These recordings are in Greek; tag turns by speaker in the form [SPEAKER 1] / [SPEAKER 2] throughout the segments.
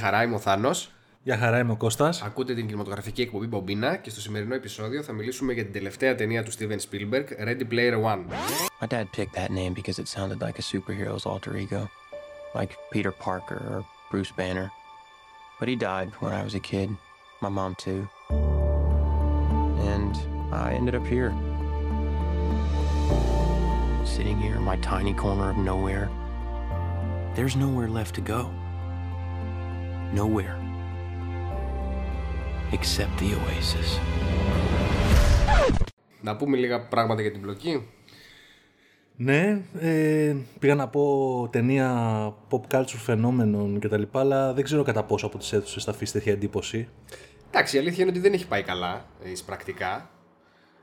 [SPEAKER 1] χαρά, είμαι ο Θάνος.
[SPEAKER 2] Γεια χαρά, είμαι ο Κώστας.
[SPEAKER 1] Ακούτε την κινηματογραφική εποχή Μπομπίνα και στο σημερινό επεισόδιο θα μιλήσουμε για την τελευταία ταινία του Steven Spielberg, Ready Player One.
[SPEAKER 3] My dad picked that name because it sounded like a superhero's alter ego, like Peter Parker or Bruce Banner. But he died when I was a kid, my mom too. And I ended up here. Sitting here in my tiny corner of nowhere. There's nowhere left to go. Nowhere. Except the oasis.
[SPEAKER 1] Να πούμε λίγα πράγματα για την πλοκή.
[SPEAKER 2] Ναι, ε, πήγα να πω ταινία pop culture φαινόμενων κτλ. Αλλά δεν ξέρω κατά πόσο από τις αίθουσες θα αφήσει τέτοια εντύπωση.
[SPEAKER 1] Εντάξει, η αλήθεια είναι ότι δεν έχει πάει καλά ε, εις πρακτικά,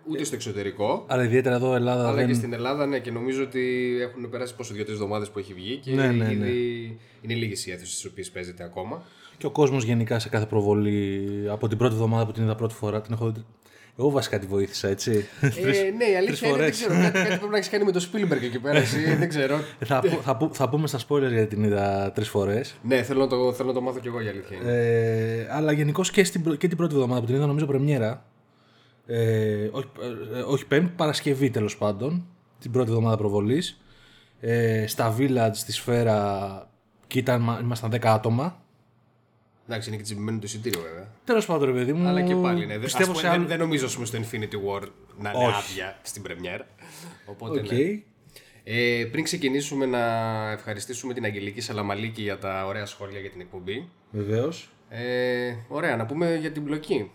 [SPEAKER 1] ούτε στο εξωτερικό.
[SPEAKER 2] Αλλά ιδιαίτερα εδώ Ελλάδα.
[SPEAKER 1] Αλλά
[SPEAKER 2] δεν...
[SPEAKER 1] και στην Ελλάδα, ναι, και νομίζω ότι έχουν περάσει πόσο δύο-τρει εβδομάδες που έχει βγει και
[SPEAKER 2] Ναι, ναι, ναι.
[SPEAKER 1] ήδη είναι λίγες οι αίθουσες στις οποίες παίζεται ακόμα.
[SPEAKER 2] Και ο κόσμος γενικά σε κάθε προβολή από την πρώτη εβδομάδα που την είδα πρώτη φορά την έχω δει. Εγώ βασικά τη βοήθησα, έτσι.
[SPEAKER 1] Ε, ναι, η αλήθεια είναι, δεν
[SPEAKER 2] φορές.
[SPEAKER 1] ξέρω, κάτι, κάτι πρέπει να έχεις κάνει με το Spielberg εκεί πέρα, εσύ, δεν ξέρω.
[SPEAKER 2] θα, πω- θα, πω- θα πούμε στα spoiler γιατί την είδα τρεις φορές.
[SPEAKER 1] Ναι, θέλω να, το, θέλω να το μάθω κι εγώ η αλήθεια. είναι.
[SPEAKER 2] Ε, αλλά γενικώς και, στην πρω- και την πρώτη εβδομάδα που την είδα, νομίζω πρεμιέρα. Ε, όχι, ε, όχι Πέμπτη, Παρασκευή τέλος πάντων. Την πρώτη εβδομάδα προβολής. Ε, στα Village στη Σφαίρα και ήταν, μα- ήμασταν 10 άτομα.
[SPEAKER 1] Εντάξει, είναι και τσιμπημένο το εισιτήριο βέβαια.
[SPEAKER 2] Τέλος πάντων, ρε παιδί μου.
[SPEAKER 1] Αλλά και πάλι, ναι. Πιστεύω
[SPEAKER 2] Πιστεύω
[SPEAKER 1] ας
[SPEAKER 2] σε
[SPEAKER 1] πούμε, δεν,
[SPEAKER 2] άλλο.
[SPEAKER 1] δεν νομίζω ας πούμε, στο Infinity War να είναι
[SPEAKER 2] Όχι.
[SPEAKER 1] άδεια στην πρεμιέρα. Οπότε,
[SPEAKER 2] Οκ.
[SPEAKER 1] ναι. ε, πριν ξεκινήσουμε να ευχαριστήσουμε την Αγγελική Σαλαμαλίκη για τα ωραία σχόλια για την εκπομπή.
[SPEAKER 2] Βεβαίως.
[SPEAKER 1] Ε, ωραία, να πούμε για την πλοκή.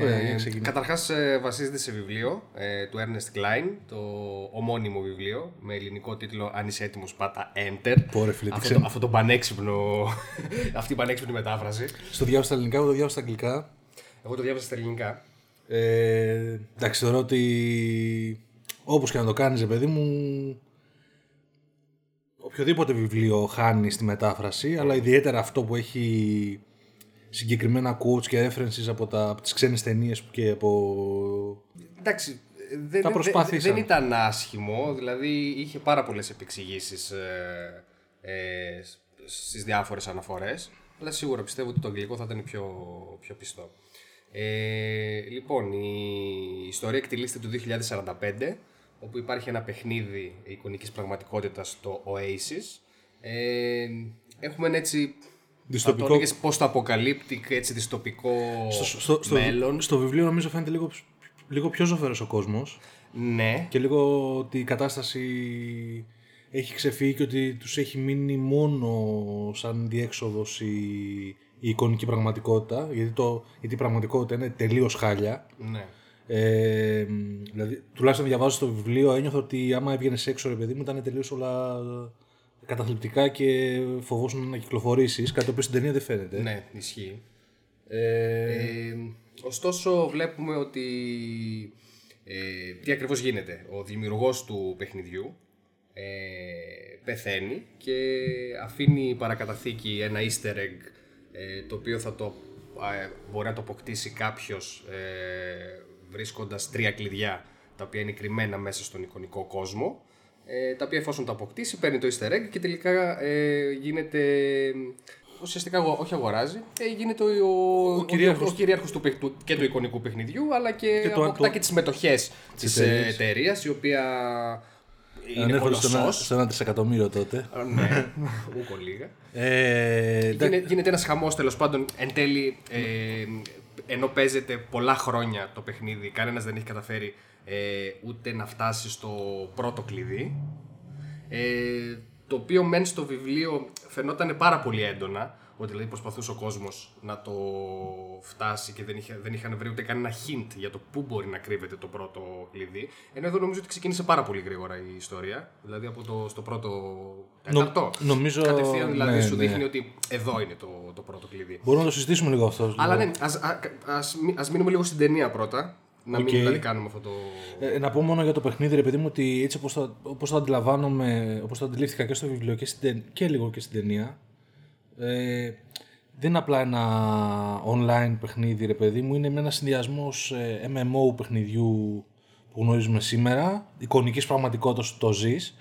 [SPEAKER 2] Ωραία, για να ξεκινήσουμε.
[SPEAKER 1] καταρχάς ε, βασίζεται σε βιβλίο ε, του Ernest Klein, το ομώνυμο βιβλίο με ελληνικό τίτλο «Αν είσαι έτοιμος πάτα Enter».
[SPEAKER 2] Πω, ρε φίλε, τι
[SPEAKER 1] αυτό,
[SPEAKER 2] ξένο.
[SPEAKER 1] το, αυτό το πανέξυπνο, αυτή η πανέξυπνη μετάφραση.
[SPEAKER 2] Στο διάβασα στα ελληνικά, εγώ το διάβασα στα αγγλικά.
[SPEAKER 1] Εγώ το διάβασα στα ελληνικά.
[SPEAKER 2] Ε, εντάξει, θεωρώ ότι όπως και να το κάνεις, παιδί μου. Οποιοδήποτε βιβλίο χάνεις στη μετάφραση, αλλά ιδιαίτερα αυτό που έχει συγκεκριμένα quotes και references από, τα, από τις ξένες ταινίες και από...
[SPEAKER 1] Εντάξει, ε, δεν,
[SPEAKER 2] Τα
[SPEAKER 1] δεν-
[SPEAKER 2] προσπάθησαν.
[SPEAKER 1] δεν ήταν άσχημο, δηλαδή είχε πάρα πολλές επεξηγήσεις ε, ε, σ- στις διάφορες αναφορές, αλλά σίγουρα πιστεύω ότι το αγγλικό θα ήταν πιο, πιο πιστό. Ε, λοιπόν, η ιστορία εκτελείστε του 2045, όπου υπάρχει ένα παιχνίδι εικονικής πραγματικότητας, το Oasis. Ε, έχουμε ένα έτσι, θα
[SPEAKER 2] Δυστοπικό-
[SPEAKER 1] το έλεγες post-apocalyptic, έτσι δυστοπικό μέλλον.
[SPEAKER 2] στο βιβλίο νομίζω φαίνεται λίγο, λίγο πιο ζωφερός ο κόσμος
[SPEAKER 1] Ναι,
[SPEAKER 2] και λίγο ότι η κατάσταση έχει ξεφύγει και ότι τους έχει μείνει μόνο σαν διέξοδος η, η εικονική πραγματικότητα γιατί, το, γιατί η πραγματικότητα είναι τελείως χάλια
[SPEAKER 1] ναι.
[SPEAKER 2] Ε, μ, δηλαδή, τουλάχιστον διαβάζω στο βιβλίο, ένιωθα ότι άμα έβγαινε έξω, ρε παιδί μου, ήταν τελείως όλα καταθλιπτικά και φοβόσουν να κυκλοφορήσεις. Κάτι το οποίο στην ταινία δεν φαίνεται.
[SPEAKER 1] Ναι, ισχύει.
[SPEAKER 2] Ε,
[SPEAKER 1] Ε, ωστόσο, βλέπουμε ότι. Ε, τι ακριβώς γίνεται. Ο δημιουργός του παιχνιδιού ε, πεθαίνει και αφήνει παρακαταθήκη ένα easter egg ε, το οποίο θα το, ε, μπορεί να το αποκτήσει κάποιος ε, βρίσκοντας τρία κλειδιά τα οποία είναι κρυμμένα μέσα στον εικονικό κόσμο ε, τα οποία εφόσον τα αποκτήσει παίρνει το easter egg και τελικά ε, γίνεται ουσιαστικά αγο- όχι αγοράζει ε, γίνεται ο, ο, ο,
[SPEAKER 2] κυρίαρχος.
[SPEAKER 1] ο κυρίαρχος του, παιχ- του- και του εικονικού παιχνιδιού αλλά και,
[SPEAKER 2] Και το-
[SPEAKER 1] αποκτά
[SPEAKER 2] το-
[SPEAKER 1] και τις μετοχές της
[SPEAKER 2] εταιρείας.
[SPEAKER 1] εταιρείας, η οποία είναι
[SPEAKER 2] ανέρχονται στο ένα,
[SPEAKER 1] κολοσσός.
[SPEAKER 2] στο ένα τρισεκατομμύριο τότε.
[SPEAKER 1] Ναι, ούκο λίγα.
[SPEAKER 2] Ε, εντάξει,
[SPEAKER 1] Γίνε- Γίνεται ένας χαμός τέλος πάντων εν τέλει ε, ενώ παίζεται πολλά χρόνια το παιχνίδι, κανένας δεν έχει καταφέρει ε, ούτε να φτάσει στο πρώτο κλειδί. Ε, το οποίο μεν στο βιβλίο φαινόταν πάρα πολύ έντονα, ότι δηλαδή προσπαθούσε ο κόσμος να το φτάσει και δεν, είχε, δεν είχαν βρει ούτε κανένα hint για το πού μπορεί να κρύβεται το πρώτο κλειδί. Ενώ εδώ νομίζω ότι ξεκίνησε πάρα πολύ γρήγορα η ιστορία, δηλαδή από το, στο πρώτο τέταρτο.
[SPEAKER 2] νομίζω-
[SPEAKER 1] Κατευθείαν δηλαδή
[SPEAKER 2] ναι,
[SPEAKER 1] σου
[SPEAKER 2] ναι.
[SPEAKER 1] δείχνει ότι εδώ είναι το, το πρώτο κλειδί.
[SPEAKER 2] Μπορούμε να το συζητήσουμε λίγο αυτό.
[SPEAKER 1] Αλλά
[SPEAKER 2] λίγο.
[SPEAKER 1] ναι, ας, α, ας, μει- ας μείνουμε λίγο στην ταινία πρώτα, να
[SPEAKER 2] Οκ.
[SPEAKER 1] μην δηλαδή κάνουμε αυτό το...
[SPEAKER 2] Ε, να πω μόνο για το παιχνίδι, ρε παιδί μου, ότι έτσι όπως το, όπως το αντιλαμβάνομαι, όπως το αντιλήφθηκα και στο βιβλίο και, στην, ται- και λίγο και στην ταινία, ε, δεν είναι απλά ένα online παιχνίδι, ρε παιδί μου, είναι με ένα συνδυασμό ε, MMO παιχνιδιού που γνωρίζουμε σήμερα, εικονικής πραγματικότητας που το ζεις,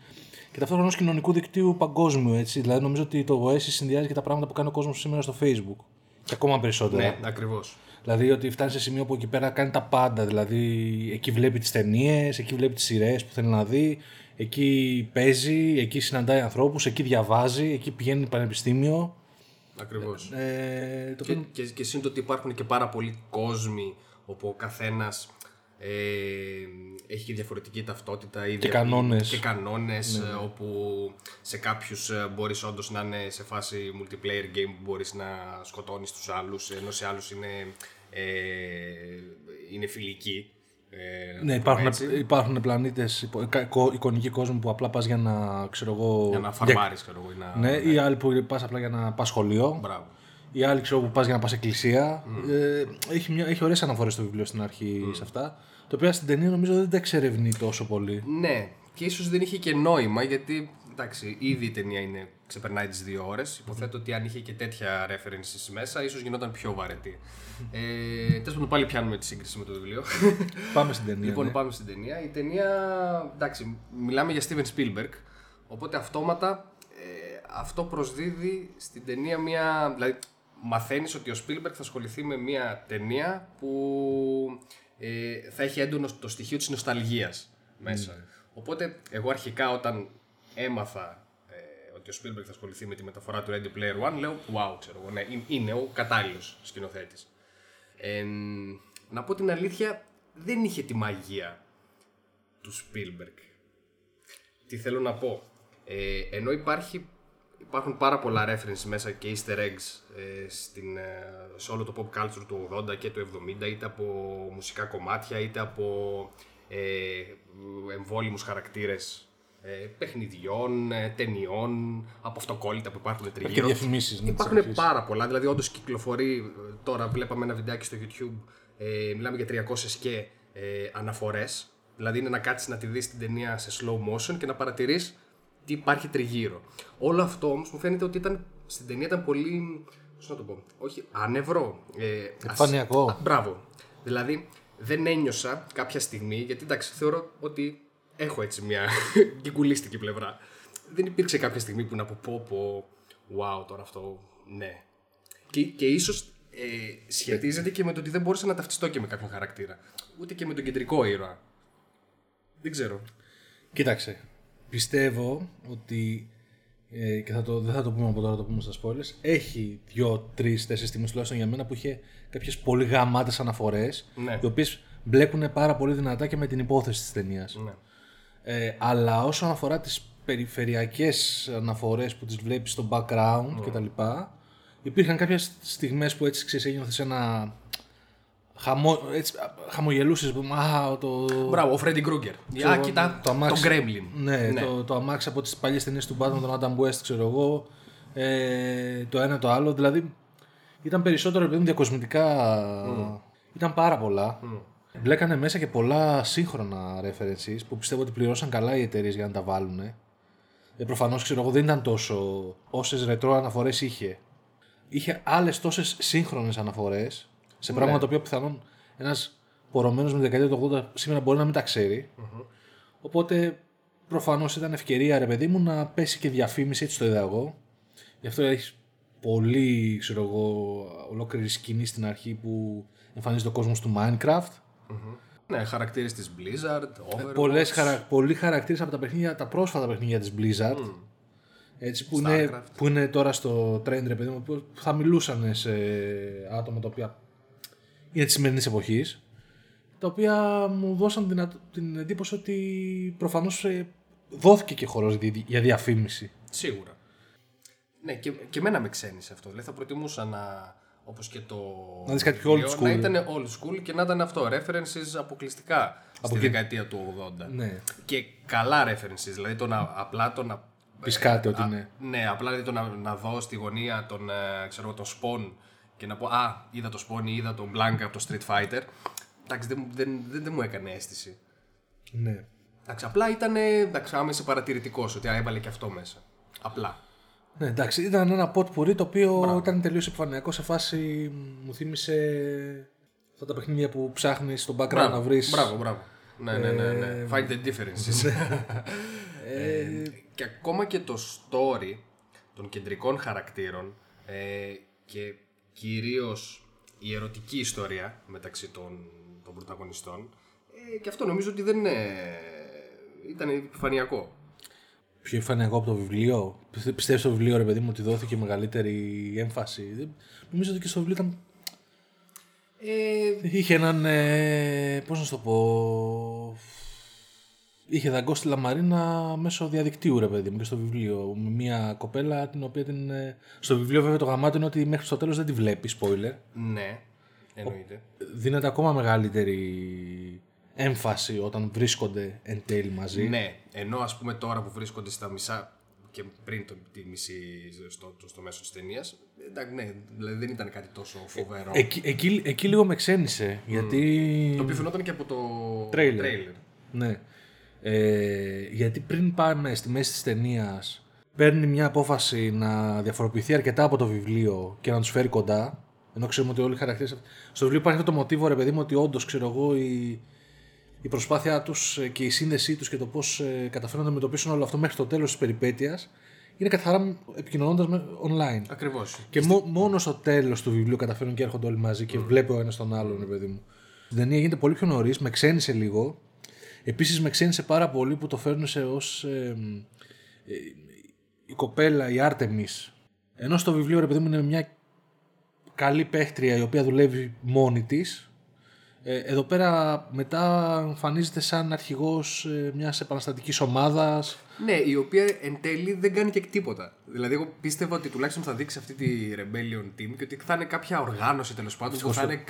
[SPEAKER 2] και ταυτόχρονα ενός κοινωνικού δικτύου παγκόσμιου. Έτσι. Δηλαδή, νομίζω ότι το OS συνδυάζει και τα πράγματα που κάνει ο κόσμος σήμερα στο Facebook. Και ακόμα περισσότερα.
[SPEAKER 1] Ναι, ακριβώς.
[SPEAKER 2] Δηλαδή, ότι φτάνει σε σημείο που εκεί πέρα κάνει τα πάντα. Δηλαδή, εκεί βλέπει τις ταινίες, εκεί βλέπει τις σειρές που θέλει να δει, εκεί παίζει, εκεί συναντάει ανθρώπους, εκεί διαβάζει, εκεί πηγαίνει πανεπιστήμιο.
[SPEAKER 1] Ακριβώς.
[SPEAKER 2] Ε, το
[SPEAKER 1] Και,
[SPEAKER 2] οποίο-
[SPEAKER 1] και, και σύν το ότι υπάρχουν και πάρα πολλοί κόσμοι όπου ο καθένας ε, έχει και διαφορετική ταυτότητα ή δια-
[SPEAKER 2] κανόνες.
[SPEAKER 1] Και κανόνες, ε, όπου σε κάποιους μπορείς όντως να είναι σε φάση multiplayer game που μπορείς να σκοτώνεις τους άλλους, ενώ σε άλλους είναι, ε, είναι φιλικοί. Ε, να το
[SPEAKER 2] Ναι,
[SPEAKER 1] πούμε
[SPEAKER 2] υπάρχουν,
[SPEAKER 1] έτσι.
[SPEAKER 2] υπάρχουν πλανήτες, εικονικοί κόσμοι που απλά πας για να ξέρω εγώ.
[SPEAKER 1] Για να φαρμάρεις, ξέρω εγώ. ή να-
[SPEAKER 2] Ναι, ή άλλοι που πας απλά για να πας σχολείο.
[SPEAKER 1] Μπράβο.
[SPEAKER 2] ή άλλοι ξέρω που πας για να πας εκκλησία. Ε, έχει, μια, έχει ωραίες αναφορές στο βιβλίο στην αρχή σε αυτά. Το οποίο στην ταινία νομίζω δεν τα εξερευνεί τόσο πολύ.
[SPEAKER 1] Ναι, και ίσως δεν είχε και νόημα γιατί εντάξει, ήδη η ταινία είναι, ξεπερνάει τις δύο ώρες. Υποθέτω ότι αν είχε και τέτοια references μέσα, ίσως γινόταν πιο βαρετή. ε, Τέλος πάντων, πάλι πιάνουμε τη σύγκριση με το βιβλίο.
[SPEAKER 2] Πάμε στην ταινία.
[SPEAKER 1] λοιπόν,
[SPEAKER 2] ναι.
[SPEAKER 1] πάμε στην ταινία. Η ταινία, εντάξει, μιλάμε για Steven Spielberg, οπότε αυτόματα ε, αυτό προσδίδει στην ταινία μια... Δηλαδή, μαθαίνεις ότι ο Spielberg θα ασχοληθεί με μια ταινία που ε, θα έχει έντονο το στοιχείο της νοσταλγίας μέσα.
[SPEAKER 2] Ναι.
[SPEAKER 1] Οπότε, εγώ αρχικά όταν έμαθα ε, ότι ο Spielberg θα ασχοληθεί με τη μεταφορά του Ready Player One, λέω, wow, ξέρω εγώ, ναι, είναι- είναι ο κατάλληλος σκηνοθέτης. Ε, να πω την αλήθεια, δεν είχε τη μαγεία του Spielberg. Τι θέλω να πω. Ε, ενώ υπάρχει, υπάρχουν πάρα πολλά reference μέσα και easter eggs ε, στην, ε, σε όλο το pop culture του 80 και του 70, είτε από μουσικά κομμάτια, είτε από ε, εμβόλυμους χαρακτήρες ε, παιχνιδιών, ε, ταινιών, από αυτοκόλλητα που υπάρχουν τριγύρω.
[SPEAKER 2] Και διαφημίσεις, ναι, της
[SPEAKER 1] Υπάρχουν
[SPEAKER 2] αρχής.
[SPEAKER 1] πάρα πολλά. Δηλαδή, όντως κυκλοφορεί. ε, Τώρα βλέπαμε ένα βιντεάκι στο YouTube. Ε, μιλάμε για 300 και ε, αναφορές. Δηλαδή, είναι να κάτσεις να τη δεις την ταινία σε slow motion και να παρατηρείς τι υπάρχει τριγύρω. Όλο αυτό όμως μου φαίνεται ότι ήταν, στην ταινία ήταν πολύ. Πώς να το πω. Όχι, ανευρό. Ε,
[SPEAKER 2] Επιφανειακό.
[SPEAKER 1] ας- α, Μπράβο. Δηλαδή, δεν ένιωσα κάποια στιγμή, γιατί εντάξει, θεωρώ ότι έχω έτσι μια γκυγκουλίστικη πλευρά. Δεν υπήρξε κάποια στιγμή που να πω πω, πω wow, τώρα αυτό, ναι. Και, και ίσως ε, σχετίζεται και με το ότι δεν μπορούσα να ταυτιστώ και με κάποιον χαρακτήρα. Ούτε και με τον κεντρικό ήρωα. Δεν ξέρω.
[SPEAKER 2] Κοίταξε. Πιστεύω ότι. Ε, και θα το, δεν θα το πούμε από τώρα, θα το πούμε στα spoilers. Έχει δύο, τρεις, τέσσερις τιμές τουλάχιστον για μένα που είχε κάποιες πολύ γαμάτες αναφορές.
[SPEAKER 1] Ναι.
[SPEAKER 2] Οι οποίες μπλέκουν πάρα πολύ δυνατά και με την υπόθεση της ταινίας.
[SPEAKER 1] Ναι.
[SPEAKER 2] Ε, αλλά όσον αφορά τις περιφερειακές αναφορές που τις βλέπεις στο background και τα λοιπά, υπήρχαν κάποιες στιγμές που έτσι ξέρεις ένιωθες ένα χαμό, έτσι, α, χαμογελούσες, που, α, το,
[SPEAKER 1] Μπράβο, ο Φρέντι Κρούγκερ.
[SPEAKER 2] ξέρω
[SPEAKER 1] Α,
[SPEAKER 2] εγώ,
[SPEAKER 1] κοίτα,
[SPEAKER 2] το αμάξι.
[SPEAKER 1] τον Γκρέμλιν.
[SPEAKER 2] Ναι, Το, το αμάξι από τις παλιές ταινίες του Batman, τον Adam West, ξέρω εγώ, ε, το ένα το άλλο, δηλαδή ήταν περισσότερο επειδή είναι διακοσμητικά,
[SPEAKER 1] Mm.
[SPEAKER 2] ήταν πάρα πολλά. Μπλέκανε μέσα και πολλά σύγχρονα references που πιστεύω ότι πληρώσαν καλά οι εταιρείες για να τα βάλουν. Ε, Προφανώς ξέρω εγώ δεν ήταν τόσο όσες ρετρό αναφορές είχε. Είχε άλλες τόσες σύγχρονες αναφορές
[SPEAKER 1] Ναι.
[SPEAKER 2] σε πράγματα τα οποία πιθανόν ένας πορωμένος με τη δεκαετία του 80 σήμερα μπορεί να μην τα
[SPEAKER 1] Mm.
[SPEAKER 2] ξερει Οπότε προφανώς ήταν ευκαιρία ρε παιδί μου να πέσει και διαφήμιση έτσι στο ιδαγό. Γι' αυτό έχεις πολύ, ξέρω εγώ, ολόκληρη σκηνή στην αρχή που εμφανίζεται ο κόσμος του Minecraft.
[SPEAKER 1] Ναι, χαρακτήρες της Blizzard, Overwatch. Mm.
[SPEAKER 2] Πολλές χαρα... Πολλοί χαρακτήρες από τα παιχνίδια, τα πρόσφατα παιχνίδια της Blizzard. Έτσι, που, είναι,
[SPEAKER 1] Starcraft.
[SPEAKER 2] που είναι τώρα στο trend, ρε παιδί μου, που θα μιλούσαν σε άτομα τα οποία είναι τη σημερινή εποχή. Τα οποία μου δώσαν την, ατ- την εντύπωση ότι προφανώς δόθηκε και χώρος για διαφήμιση.
[SPEAKER 1] Σίγουρα. Ναι, και, και εμένα με ξένησε αυτό. Δηλαδή θα προτιμούσα να. Όπως και το.
[SPEAKER 2] Να δεις κάτι πιο old
[SPEAKER 1] βιβλίο,
[SPEAKER 2] school.
[SPEAKER 1] Να ήταν old school και να ήταν αυτό. References αποκλειστικά από στη
[SPEAKER 2] εκεί.
[SPEAKER 1] δεκαετία του 80.
[SPEAKER 2] Ναι.
[SPEAKER 1] Και καλά references. Δηλαδή το να, απλά το να.
[SPEAKER 2] Πεις κάτι ότι
[SPEAKER 1] α-
[SPEAKER 2] ναι.
[SPEAKER 1] Ναι, απλά δηλαδή το να, να δω στη γωνία τον, ε, ξέρω, εγώ, τον Spawn και να πω Α, είδα το Spawn ή είδα τον Blanca από το Street Fighter. Εντάξει, δεν, μου- δεν, δεν, δεν μου έκανε αίσθηση.
[SPEAKER 2] Ναι.
[SPEAKER 1] Εντάξει, απλά ήταν εντάξει, άμεσα παρατηρητικός ότι α, έβαλε και αυτό μέσα. Απλά.
[SPEAKER 2] Ναι, εντάξει, ήταν ένα ποτ πουρί το οποίο ήταν τελείω επιφανειακό σε φάση μου θύμισε αυτά τα παιχνίδια που ψάχνεις στον background να βρεις.
[SPEAKER 1] Μπράβο, μπράβο. ε, Ναι, ναι, ναι. ναι. Find the differences. Και ακόμα και το story των κεντρικών χαρακτήρων ε, και κυρίως η ερωτική ιστορία μεταξύ των, των πρωταγωνιστών ε, και αυτό νομίζω ότι δεν είναι... ήταν επιφανειακό.
[SPEAKER 2] Πιο εμφανιακό από το βιβλίο. Πιστε- Πιστεύεις στο βιβλίο, ρε παιδί μου, ότι δόθηκε μεγαλύτερη έμφαση. Δεν- Νομίζω ότι και στο βιβλίο ήταν.
[SPEAKER 1] Ε,
[SPEAKER 2] Είχε έναν. Ε, Πώς να σου το πω. Είχε δαγκώσει τη Λαμαρίνα μέσω διαδικτύου, ρε παιδί μου, και στο βιβλίο. Με μια κοπέλα την οποία την. ε, Στο βιβλίο, βέβαια, το γαμάτο είναι ότι μέχρι στο τέλος δεν τη βλέπεις, spoiler.
[SPEAKER 1] ναι, εννοείται.
[SPEAKER 2] Δίνεται ακόμα μεγαλύτερη έμφαση όταν βρίσκονται εν τέλει μαζί.
[SPEAKER 1] Ναι, ενώ ας πούμε τώρα που βρίσκονται στα μισά και πριν το, τη μισή στο, στο, στο μέσο της ταινίας, εντάξει, ναι, δηλαδή δεν ήταν κάτι τόσο
[SPEAKER 2] Ε,
[SPEAKER 1] φοβερό.
[SPEAKER 2] Εκεί, εκεί, εκεί λίγο με ξένησε, γιατί...
[SPEAKER 1] Το οποίο φαινόταν και από το
[SPEAKER 2] Trailer.
[SPEAKER 1] τρέιλερ.
[SPEAKER 2] Ναι. Ε, γιατί πριν πάμε στη μέση της ταινίας, παίρνει μια απόφαση να διαφοροποιηθεί αρκετά από το βιβλίο και να τους φέρει κοντά. Ενώ ξέρουμε ότι όλοι οι χαρακτήρες... Στο βιβλίο υπάρχει αυτό το μοτίβο, ρε παιδί μου, ότι όντως ξέρω εγώ η, η προσπάθειά τους ε, και η σύνδεσή τους και το πώς ε, καταφέρουν να αντιμετωπίσουν όλο αυτό μέχρι το τέλος της περιπέτειας είναι καθαρά επικοινωνώντας με online.
[SPEAKER 1] Ακριβώς.
[SPEAKER 2] Και μό- μόνο στο τέλος του βιβλίου καταφέρουν και έρχονται όλοι μαζί και βλέπει ο ένας τον άλλον, ρε παιδί μου. Η ταινία γίνεται πολύ πιο νωρίς, με ξένησε λίγο. Επίσης με ξένησε πάρα πολύ που το φέρνουν σε ως. η κοπέλα, η Άρτεμι. Ενώ στο βιβλίο, ρε παιδί μου, είναι μια καλή παίχτρια η οποία δουλεύει μόνη της. εδώ πέρα μετά εμφανίζεται σαν αρχηγός ε, μιας επαναστατικής ομάδας
[SPEAKER 1] Ναι, η οποία εν τέλει δεν κάνει και τίποτα. Δηλαδή, εγώ πίστευα ότι τουλάχιστον θα δείξει αυτή τη Rebellion Team και ότι θα είναι κάποια οργάνωση τέλος πάντων που θα είναι.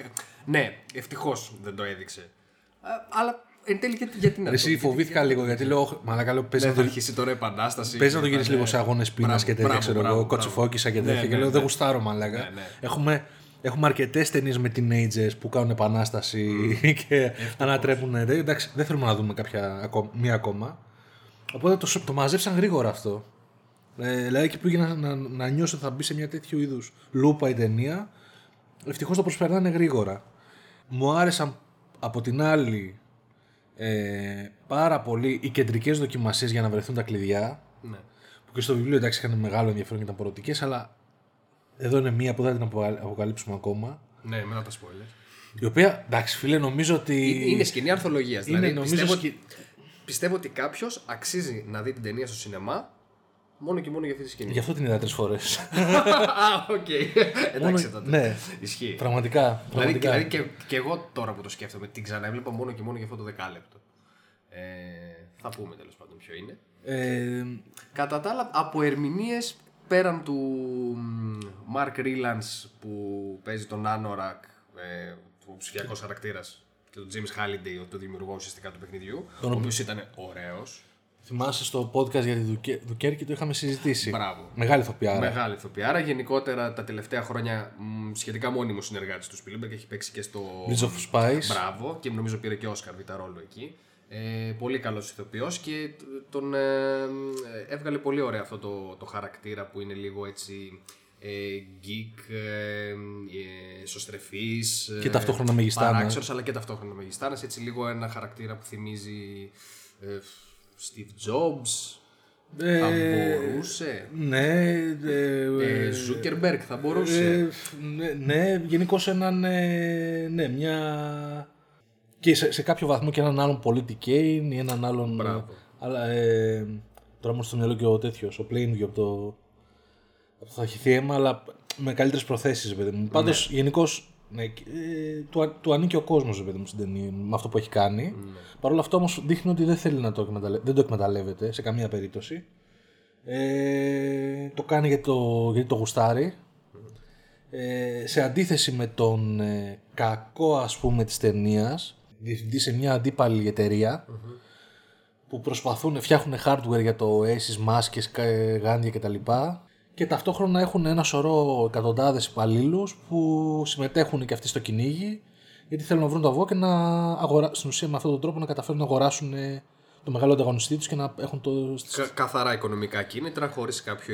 [SPEAKER 1] Ναι, ευτυχώ δεν το έδειξε. Α, Αλλά εν τέλει γιατί, γιατί να το.
[SPEAKER 2] Εσύ
[SPEAKER 1] γιατί-
[SPEAKER 2] φοβήθηκα λίγο γιατί λέω «Ωχ, μαλάκα λέω παίζει
[SPEAKER 1] Ναι,
[SPEAKER 2] να
[SPEAKER 1] θα
[SPEAKER 2] το
[SPEAKER 1] αρχίσει τώρα η επανάσταση.
[SPEAKER 2] Πες να το γυρίσει
[SPEAKER 1] Ναι,
[SPEAKER 2] λίγο σε αγώνες πείνας
[SPEAKER 1] Μπράβο,
[SPEAKER 2] και τέτοια,
[SPEAKER 1] μπράβο,
[SPEAKER 2] ξέρω
[SPEAKER 1] μπράβο,
[SPEAKER 2] εγώ.
[SPEAKER 1] μπράβο.
[SPEAKER 2] Κοτσουφόκησα και
[SPEAKER 1] Ναι,
[SPEAKER 2] τέτοια. Και
[SPEAKER 1] ναι,
[SPEAKER 2] λέω,
[SPEAKER 1] ναι.
[SPEAKER 2] δεν γουστάρω, μαλάκα.
[SPEAKER 1] Ναι, ναι.
[SPEAKER 2] Έχουμε, έχουμε αρκετές ταινίες με teenagers που κάνουν επανάσταση και ανατρέπουν. ε, Εντάξει, δεν θέλουμε να δούμε κάποια, ακό- μία ακόμα. Οπότε το, σ- το μαζέψαν γρήγορα αυτό. Ε, δηλαδή εκεί που πήγε να, να, να νιώσω ότι θα μπει σε μια τέτοιου είδους λούπα η ταινία, ευτυχώς το προσπερνάνε γρήγορα. Μου άρεσαν από την άλλη ε, πάρα πολύ οι κεντρικές δοκιμασίες για να βρεθούν τα κλειδιά.
[SPEAKER 1] Ναι.
[SPEAKER 2] Που και στο βιβλίο εντάξει είχαν μεγάλο ενδιαφέρον και ήταν πορωτικές, αλλά εδώ είναι μία που δεν την αποκαλ- αποκαλύψουμε ακόμα.
[SPEAKER 1] Ναι, μετά τα spoilers.
[SPEAKER 2] Η οποία εντάξει, φίλε, νομίζω ότι.
[SPEAKER 1] Ε, Είναι, είναι σκηνή αρθολογίας.
[SPEAKER 2] Είναι,
[SPEAKER 1] Δηλαδή,
[SPEAKER 2] νομίζω,
[SPEAKER 1] πιστεύω,
[SPEAKER 2] σκη-
[SPEAKER 1] ότι, πιστεύω ότι κάποιος αξίζει να δει την ταινία στο σινεμά μόνο και μόνο για αυτή τη σκηνή.
[SPEAKER 2] Γι' αυτό την είδα τρεις φορές.
[SPEAKER 1] Α, οκ. Εντάξει τότε.
[SPEAKER 2] ναι.
[SPEAKER 1] Ισχύει.
[SPEAKER 2] πραγματικά.
[SPEAKER 1] Δηλαδή,
[SPEAKER 2] πραγματικά.
[SPEAKER 1] δηλαδή και, και εγώ τώρα που το σκέφτομαι, την ξαναέβλεπα μόνο και μόνο για αυτό το δεκάλεπτο. Ε, θα πούμε τέλος πάντων ποιο είναι.
[SPEAKER 2] Ε,
[SPEAKER 1] Κατά τα άλλα, από ερμηνείες πέραν του Μαρκ Ρίλανς που παίζει τον Άνορακ, ε, ο ψηφιακό χαρακτήρας, και τον James Halliday, το δημιουργό ουσιαστικά του παιχνιδιού, ο οποίος ήταν ωραίος.
[SPEAKER 2] θυμάσαι στο podcast για τη Δουκέ- Δουκέρκη το είχαμε συζητήσει.
[SPEAKER 1] Μπράβο.
[SPEAKER 2] Μεγάλη ηθοποιάρα.
[SPEAKER 1] Μεγάλη ηθοποιάρα. Γενικότερα τα τελευταία χρόνια μ, σχετικά μόνιμος συνεργάτης του Spielberg έχει παίξει και στο.
[SPEAKER 2] Bridge of Spies.
[SPEAKER 1] Μπράβο, και νομίζω πήρε και Όσκαρ β' ρόλο εκεί. Ε, πολύ καλός ηθοποιός και τον ε, ε, έβγαλε πολύ ωραίο αυτό το, το χαρακτήρα που είναι λίγο έτσι ε, geek, ε, ε, σωστρεφής,
[SPEAKER 2] Και
[SPEAKER 1] ε,
[SPEAKER 2] ταυτόχρονα μεγιστάνας.
[SPEAKER 1] παράξενος, αλλά και ταυτόχρονα μεγιστάνας. Έτσι λίγο ένα χαρακτήρα που θυμίζει ε, Steve Jobs.
[SPEAKER 2] Ε,
[SPEAKER 1] Θα μπορούσε.
[SPEAKER 2] Ναι, ε,
[SPEAKER 1] Ε, Zuckerberg θα μπορούσε.
[SPEAKER 2] Ε, ναι, ναι γενικώ έναν. ε, ναι, μια. και σε, σε κάποιο βαθμό και έναν άλλον πολίτη Κέιν ή έναν άλλον.
[SPEAKER 1] Μπράβο.
[SPEAKER 2] Αλλά. Ε, τώρα μου έρθει στο μυαλό και ο τέτοιος, ο Πλέινγκιο από το. από το θα χυθεί αίμα, αλλά με καλύτερες προθέσεις, παιδί μου. Πάντως γενικώς. Ναι, και, ε, του, α- του ανήκει ο κόσμος, παιδί μου, στην ταινία με αυτό που έχει κάνει.
[SPEAKER 1] Ναι.
[SPEAKER 2] Παρ' όλα αυτά όμως δείχνει ότι δεν θέλει να το εκμεταλλε- δεν το εκμεταλλεύεται σε καμία περίπτωση. Ε, το κάνει γιατί το, γιατί το γουστάρει. Ε, σε αντίθεση με τον ε, κακό ας πούμε της ταινίας, διευθυντή σε μια αντίπαλη εταιρεία, που προσπαθούν, φτιάχνουν hardware για το aces, μάσκες, κα- ε, γάντια κτλ. Και ταυτόχρονα έχουν ένα σωρό εκατοντάδες υπαλλήλους που συμμετέχουν και αυτοί στο κυνήγι γιατί θέλουν να βρουν το αυγό και να αγοράσουν, στην ουσία με αυτόν τον τρόπο να καταφέρουν να αγοράσουν ε, το μεγάλο ανταγωνιστή τους και να έχουν το... στις-
[SPEAKER 1] Κα- καθαρά οικονομικά κίνητρα, χωρίς κάποια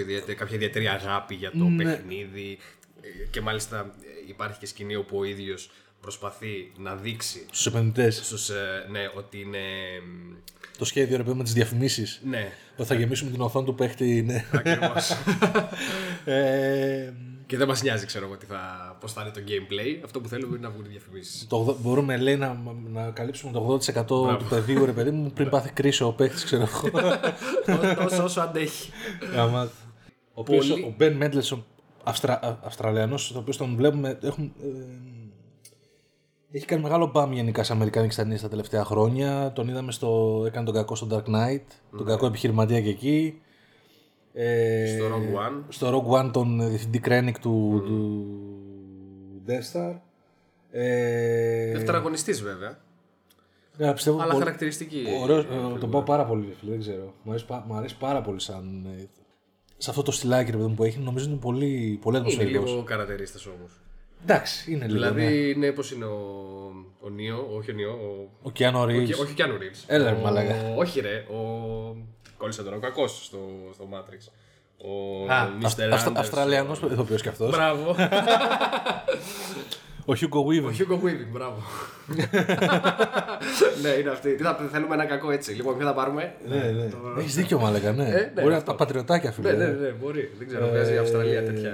[SPEAKER 1] ιδιαίτερη
[SPEAKER 2] Ναι.
[SPEAKER 1] αγάπη για το παιχνίδι. Ε, Και μάλιστα ε, υπάρχει και σκηνή όπου ο ίδιος προσπαθεί να δείξει
[SPEAKER 2] Στους επενδυτές.
[SPEAKER 1] στους, ε, ναι, ότι είναι. μ,
[SPEAKER 2] Το σχέδιο ρε παιδί μου, με τις διαφημίσεις.
[SPEAKER 1] Ναι,
[SPEAKER 2] Ότι θα γεμίσουμε την οθόνη του παίχτη. Ναι.
[SPEAKER 1] ακριβώς.
[SPEAKER 2] Ε,
[SPEAKER 1] και δεν μας νοιάζει, ξέρω εγώ, τι θα, πώς θα είναι το gameplay. Αυτό που θέλουμε είναι να βγουν οι διαφημίσεις.
[SPEAKER 2] το, ογδο- μπορούμε λέει να, να καλύψουμε το 80% του πεδίου ρε παιδί μου πριν πάθει κρίση ο παίχτης, ξέρω εγώ.
[SPEAKER 1] Ό- όσο, όσο αντέχει.
[SPEAKER 2] Γαμάτο. Ο, οποίος,
[SPEAKER 1] Πολύ-
[SPEAKER 2] ο Μπεν Μέντλεσον, Αυστρα... Α- Αυστραλιανός, τον οποίος τον βλέπουμε, έχουν, ε, έχει κάνει μεγάλο μπαμ γενικά σε Αμερικάνικες ταινίες τα τελευταία χρόνια. Τον είδαμε στο, έκανε τον κακό στο Dark Knight, τον κακό επιχειρηματία και εκεί. Ε,
[SPEAKER 1] Ναι. Στο Rogue One.
[SPEAKER 2] στο Rogue One τον ε, διευθυντή Κρένικ του, του Death Star. Ε,
[SPEAKER 1] Δευτεραγωνιστής βέβαια.
[SPEAKER 2] ναι, πιστεύω
[SPEAKER 1] Αλλά
[SPEAKER 2] πολύ-
[SPEAKER 1] χαρακτηριστική.
[SPEAKER 2] Ωραίος, ε, τον πάω πάρα πολύ, ρε φίλε, δεν ξέρω. Μου αρέσει, πα- μου αρέσει πάρα πολύ σαν. ε, σε αυτό το στυλάκι ρε παιδί μου που έχει, νομίζω είναι πολύ, πολύ
[SPEAKER 1] Είναι
[SPEAKER 2] ατμοσφαιρικό.
[SPEAKER 1] λίγο καρατερίστας όμως.
[SPEAKER 2] Εντάξει, είναι λίγο. ναι.
[SPEAKER 1] Δηλαδή, ναι, πώς είναι ο, ο Νίο, όχι ο Νίο, ο...
[SPEAKER 2] Ο Κιάνο Ρίβ.
[SPEAKER 1] και- όχι ο Κιάνου Reeves.
[SPEAKER 2] Έλα, ρε
[SPEAKER 1] Ο-
[SPEAKER 2] μαλάκα.
[SPEAKER 1] Όχι ρε, ο... Κόλλησα τώρα, ο κακός στο, στο Matrix. Ο Mr. Anderson.
[SPEAKER 2] Αυστραλιανός ηθοποιός κι αυτός.
[SPEAKER 1] Μπράβο.
[SPEAKER 2] Ο Χιούγκο
[SPEAKER 1] Ο
[SPEAKER 2] Weaver.
[SPEAKER 1] Hugo Weaving, μπράβο. ναι, είναι αυτή. Τι θα θέλουμε ένα κακό έτσι. Λοιπόν, ποιο θα πάρουμε.
[SPEAKER 2] Ναι, ναι. Έχεις δίκιο, μάλακα, ναι.
[SPEAKER 1] ναι,
[SPEAKER 2] Μπορεί να
[SPEAKER 1] αυτό.
[SPEAKER 2] τα πατριωτάκια, φίλε.
[SPEAKER 1] Ναι, ναι, ναι, μπορεί. Δεν
[SPEAKER 2] Ε,
[SPEAKER 1] ξέρω, βγάζει η Αυστραλία τέτοια.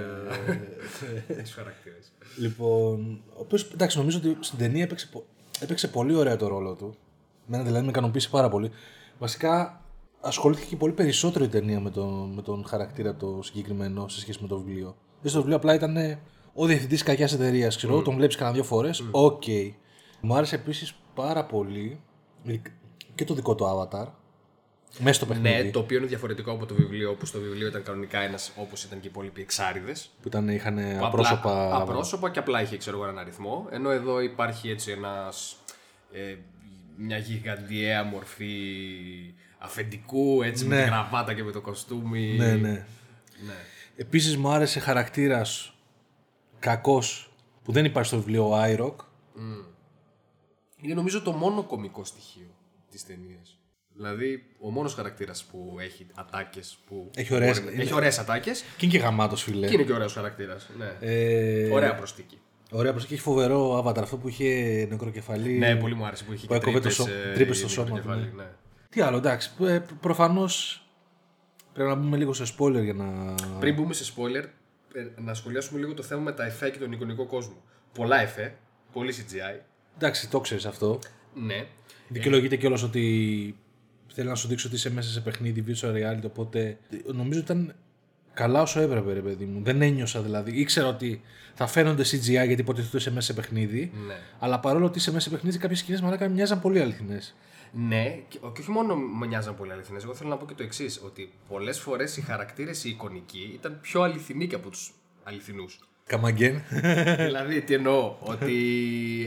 [SPEAKER 1] Τους χαρακτήρες.
[SPEAKER 2] Λοιπόν, ο οποίο εντάξει, νομίζω ότι στην ταινία έπαιξε, πο- έπαιξε πολύ ωραία το ρόλο του. Μένα δηλαδή με ικανοποίησε πάρα πολύ. Βασικά ασχολήθηκε και πολύ περισσότερο η ταινία με τον, με τον χαρακτήρα το συγκεκριμένο σε σχέση με το βιβλίο. Δηλαδή στο βιβλίο απλά ήταν ε, ο διευθυντής κακιάς εταιρείας, ξέρω εγώ, τον βλέπεις κανένα δύο φορές. Οκ. Μου άρεσε επίσης πάρα πολύ και το δικό του avatar. Μέσα στο παιχνίδι.
[SPEAKER 1] Ναι, το οποίο είναι διαφορετικό από το βιβλίο, όπου στο βιβλίο ήταν κανονικά ένας όπως ήταν και οι υπόλοιποι εξάριδες.
[SPEAKER 2] Που ήταν, είχαν απρόσωπα.
[SPEAKER 1] Απρόσωπα και απλά είχε ξέρω εγώ έναν αριθμό. Ενώ εδώ υπάρχει έτσι ένας, Ε, μια γιγαντιαία μορφή αφεντικού, έτσι με
[SPEAKER 2] Ναι.
[SPEAKER 1] την γραβάτα και με το κοστούμι.
[SPEAKER 2] Ναι, ναι.
[SPEAKER 1] Ε, Ναι.
[SPEAKER 2] Επίσης μου άρεσε χαρακτήρας κακός που δεν υπάρχει στο βιβλίο ο Άιροκ.
[SPEAKER 1] Είναι νομίζω το μόνο κωμικό στοιχείο της ταινίας. Δηλαδή, ο μόνος χαρακτήρας που έχει ατάκες. Που
[SPEAKER 2] Έχει ωραίες-
[SPEAKER 1] μπορεί-
[SPEAKER 2] είναι-
[SPEAKER 1] έχει ωραίες ατάκες
[SPEAKER 2] Και είναι και γαμάτος φίλε.
[SPEAKER 1] και είναι και ωραίος χαρακτήρας. Ναι.
[SPEAKER 2] Ε,
[SPEAKER 1] Ωραία προστίκη.
[SPEAKER 2] Ωραία προσοχή, έχει φοβερό άβαταρ αυτό που είχε νεκροκεφαλή.
[SPEAKER 1] Ναι, πολύ μου άρεσε που είχε
[SPEAKER 2] που
[SPEAKER 1] και
[SPEAKER 2] έκοβε το
[SPEAKER 1] τρύπες,
[SPEAKER 2] σω-
[SPEAKER 1] ε,
[SPEAKER 2] τρύπες στο
[SPEAKER 1] το
[SPEAKER 2] σώμα του,
[SPEAKER 1] κεφάλι,
[SPEAKER 2] ναι.
[SPEAKER 1] ναι.
[SPEAKER 2] Τι άλλο, εντάξει, ε, προφανώς πρέπει να μπούμε λίγο σε spoiler για να...
[SPEAKER 1] Πριν μπούμε σε spoiler, ε, να σχολιάσουμε λίγο το θέμα με τα εφέ και τον εικονικό κόσμο. Πολλά εφέ, πολύ CGI.
[SPEAKER 2] Εντάξει, το ξέρεις αυτό.
[SPEAKER 1] Ναι.
[SPEAKER 2] Δικαιολογείται κιόλας ότι θέλει να σου δείξει ότι είσαι μέσα σε παιχνίδι, virtual reality. Οπότε νομίζω ήταν καλά όσο έπρεπε, ρε παιδί μου. Δεν ένιωσα δηλαδή. Ήξερα ότι θα φαίνονται CGI γιατί υποτίθεται είσαι μέσα σε παιχνίδι.
[SPEAKER 1] Ναι.
[SPEAKER 2] Αλλά παρόλο ότι είσαι μέσα σε παιχνίδι, κάποιες σκηνές μαλάκα μοιάζαν πολύ αληθινές.
[SPEAKER 1] Ναι, και, και όχι μόνο με νοιάζαν πολύ αληθινές. Εγώ θέλω να πω και το εξής: Ότι πολλές φορές οι χαρακτήρες οι εικονικοί ήταν πιο αληθινοί και από τους αληθινούς.
[SPEAKER 2] Καμαγκέν.
[SPEAKER 1] δηλαδή, τι εννοώ, ότι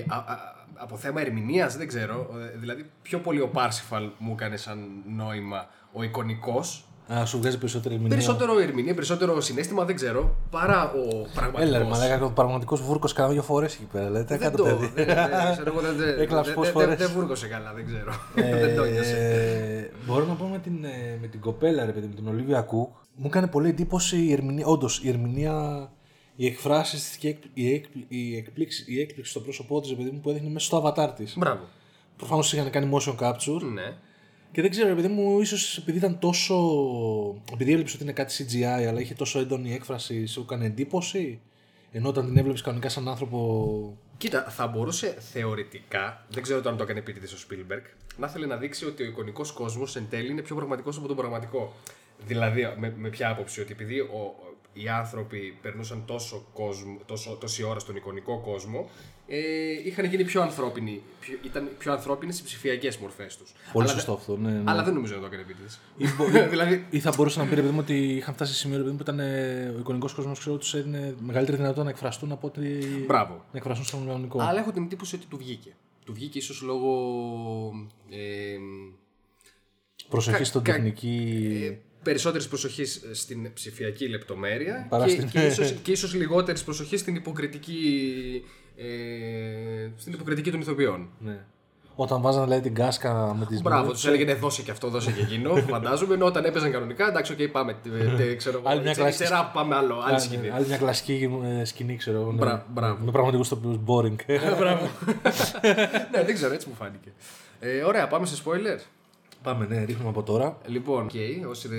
[SPEAKER 1] α- α- από θέμα ερμηνείας δεν ξέρω. ε, Δηλαδή, πιο πολύ ο Πάρσιφαλ μου έκανε σαν νόημα ο εικονικός.
[SPEAKER 2] Α, σου βγάζει περισσότερη ερμηνεία.
[SPEAKER 1] Περισσότερο ερμηνεία, περισσότερο συνέστημα δεν ξέρω παρά ο
[SPEAKER 2] Έλα, ρε
[SPEAKER 1] πραγματικό.
[SPEAKER 2] μαλάκα, ο πραγματικός βούρκος κάνα δύο φορές εκεί πέρα. Δηλαδή, τα
[SPEAKER 1] Δεν
[SPEAKER 2] κάτω
[SPEAKER 1] το.
[SPEAKER 2] παιδί.
[SPEAKER 1] δεν- δεν- ε, ξέρω εγώ, δεν- δεν-
[SPEAKER 2] Έκλαψες
[SPEAKER 1] δεν-
[SPEAKER 2] πώς
[SPEAKER 1] δεν-
[SPEAKER 2] φορές.
[SPEAKER 1] Δεν βούργωσε καλά, δεν ξέρω. Δεν το νιώσε.
[SPEAKER 2] Ε, μπορώ να πω με την, ε, με την κοπέλα, ρε παιδί μου, την Ολίβια Κουκ. Μου έκανε πολύ εντύπωση η ερμηνεία. Όντως, η ερμηνεία, οι εκφράσεις τη και η, εκ- η, εκ- η, εκπλήξη, η έκπληξη στο πρόσωπό της, ρε παιδί μου, που έδειχνε μέσα στο avatar της.
[SPEAKER 1] Μπράβο.
[SPEAKER 2] Προφανώς είχαν κάνει motion capture.
[SPEAKER 1] Ναι.
[SPEAKER 2] Και δεν ξέρω, ρε παιδί μου, ίσως επειδή ήταν τόσο. Επειδή έλειψε ότι είναι κάτι CGI, αλλά είχε τόσο έντονη έκφραση, σου έκανε εντύπωση. Ενώ όταν την έβλεπε κανονικά σαν άνθρωπο.
[SPEAKER 1] Κοίτα, θα μπορούσε θεωρητικά, δεν ξέρω το αν το έκανε επίτηδες ο Spielberg, να θέλει να δείξει ότι ο εικονικός κόσμος εν τέλει είναι πιο πραγματικός από τον πραγματικό. Δηλαδή, με, με ποια άποψη, ότι επειδή ο, οι άνθρωποι περνούσαν τόσο κόσμο, τόσο, τόση ώρα στον εικονικό κόσμο, ε, είχαν γίνει πιο ανθρώπινοι. Πιο, ήταν πιο ανθρώπινες οι ψηφιακές μορφές τους.
[SPEAKER 2] Πολύ σωστό αυτό, ναι. ναι.
[SPEAKER 1] Αλλά δεν νομίζω να το έκανε επίτηδε.
[SPEAKER 2] Ή μπο-
[SPEAKER 1] δηλαδή,
[SPEAKER 2] Ή θα μπορούσε να πει ρε παιδί μου ότι είχαν φτάσει σε σημείο ρε παιδί μου, που ήταν ε, ο εικονικός κόσμος ξέρω τους έδινε μεγαλύτερη δυνατότητα να εκφραστούν από ότι.
[SPEAKER 1] Μπράβο.
[SPEAKER 2] Να εκφραστούν στον κανονικό.
[SPEAKER 1] Αλλά έχω την εντύπωση ότι του βγήκε. Του βγήκε ίσως λόγω. Ε,
[SPEAKER 2] Προσοχή
[SPEAKER 1] κα-
[SPEAKER 2] στον
[SPEAKER 1] κα- Ε,
[SPEAKER 2] τεχνική.
[SPEAKER 1] περισσότερης προσοχής στην ψηφιακή λεπτομέρεια
[SPEAKER 2] Παρά
[SPEAKER 1] και,
[SPEAKER 2] στην-
[SPEAKER 1] και, ίσως, και ίσως λιγότερης προσοχής στην υποκριτική, ε, στην υποκριτική των ηθοποιών.
[SPEAKER 2] Ναι. Όταν βάζανε δηλαδή την κάσκα με τις
[SPEAKER 1] Μπράβο,
[SPEAKER 2] μπουρδες,
[SPEAKER 1] τους έλεγε ναι, δώσε και αυτό, δώσε και εκείνο. Φαντάζομαι. Ενώ όταν έπαιζαν κανονικά, εντάξει, οκ, πάμε. τε- τε- Ξέρω εγώ.
[SPEAKER 2] Άλλη μια
[SPEAKER 1] έτσι,
[SPEAKER 2] κλασική- Ναι,
[SPEAKER 1] αριστερά, πάμε άλλο. Άλλη
[SPEAKER 2] άλλη-
[SPEAKER 1] σκηνή.
[SPEAKER 2] Άλλη μια κλασική ε, σκηνή, ξέρω εγώ. ναι.
[SPEAKER 1] Μπρα- μπράβο.
[SPEAKER 2] Με πραγματικούς τοπίου boring.
[SPEAKER 1] Ναι, δεν ξέρω, έτσι μου φάνηκε. Ε, Ωραία, πάμε σε spoiler.
[SPEAKER 2] Πάμε, ναι, ρίχνουμε από τώρα.
[SPEAKER 1] Λοιπόν, okay, όσοι δεν-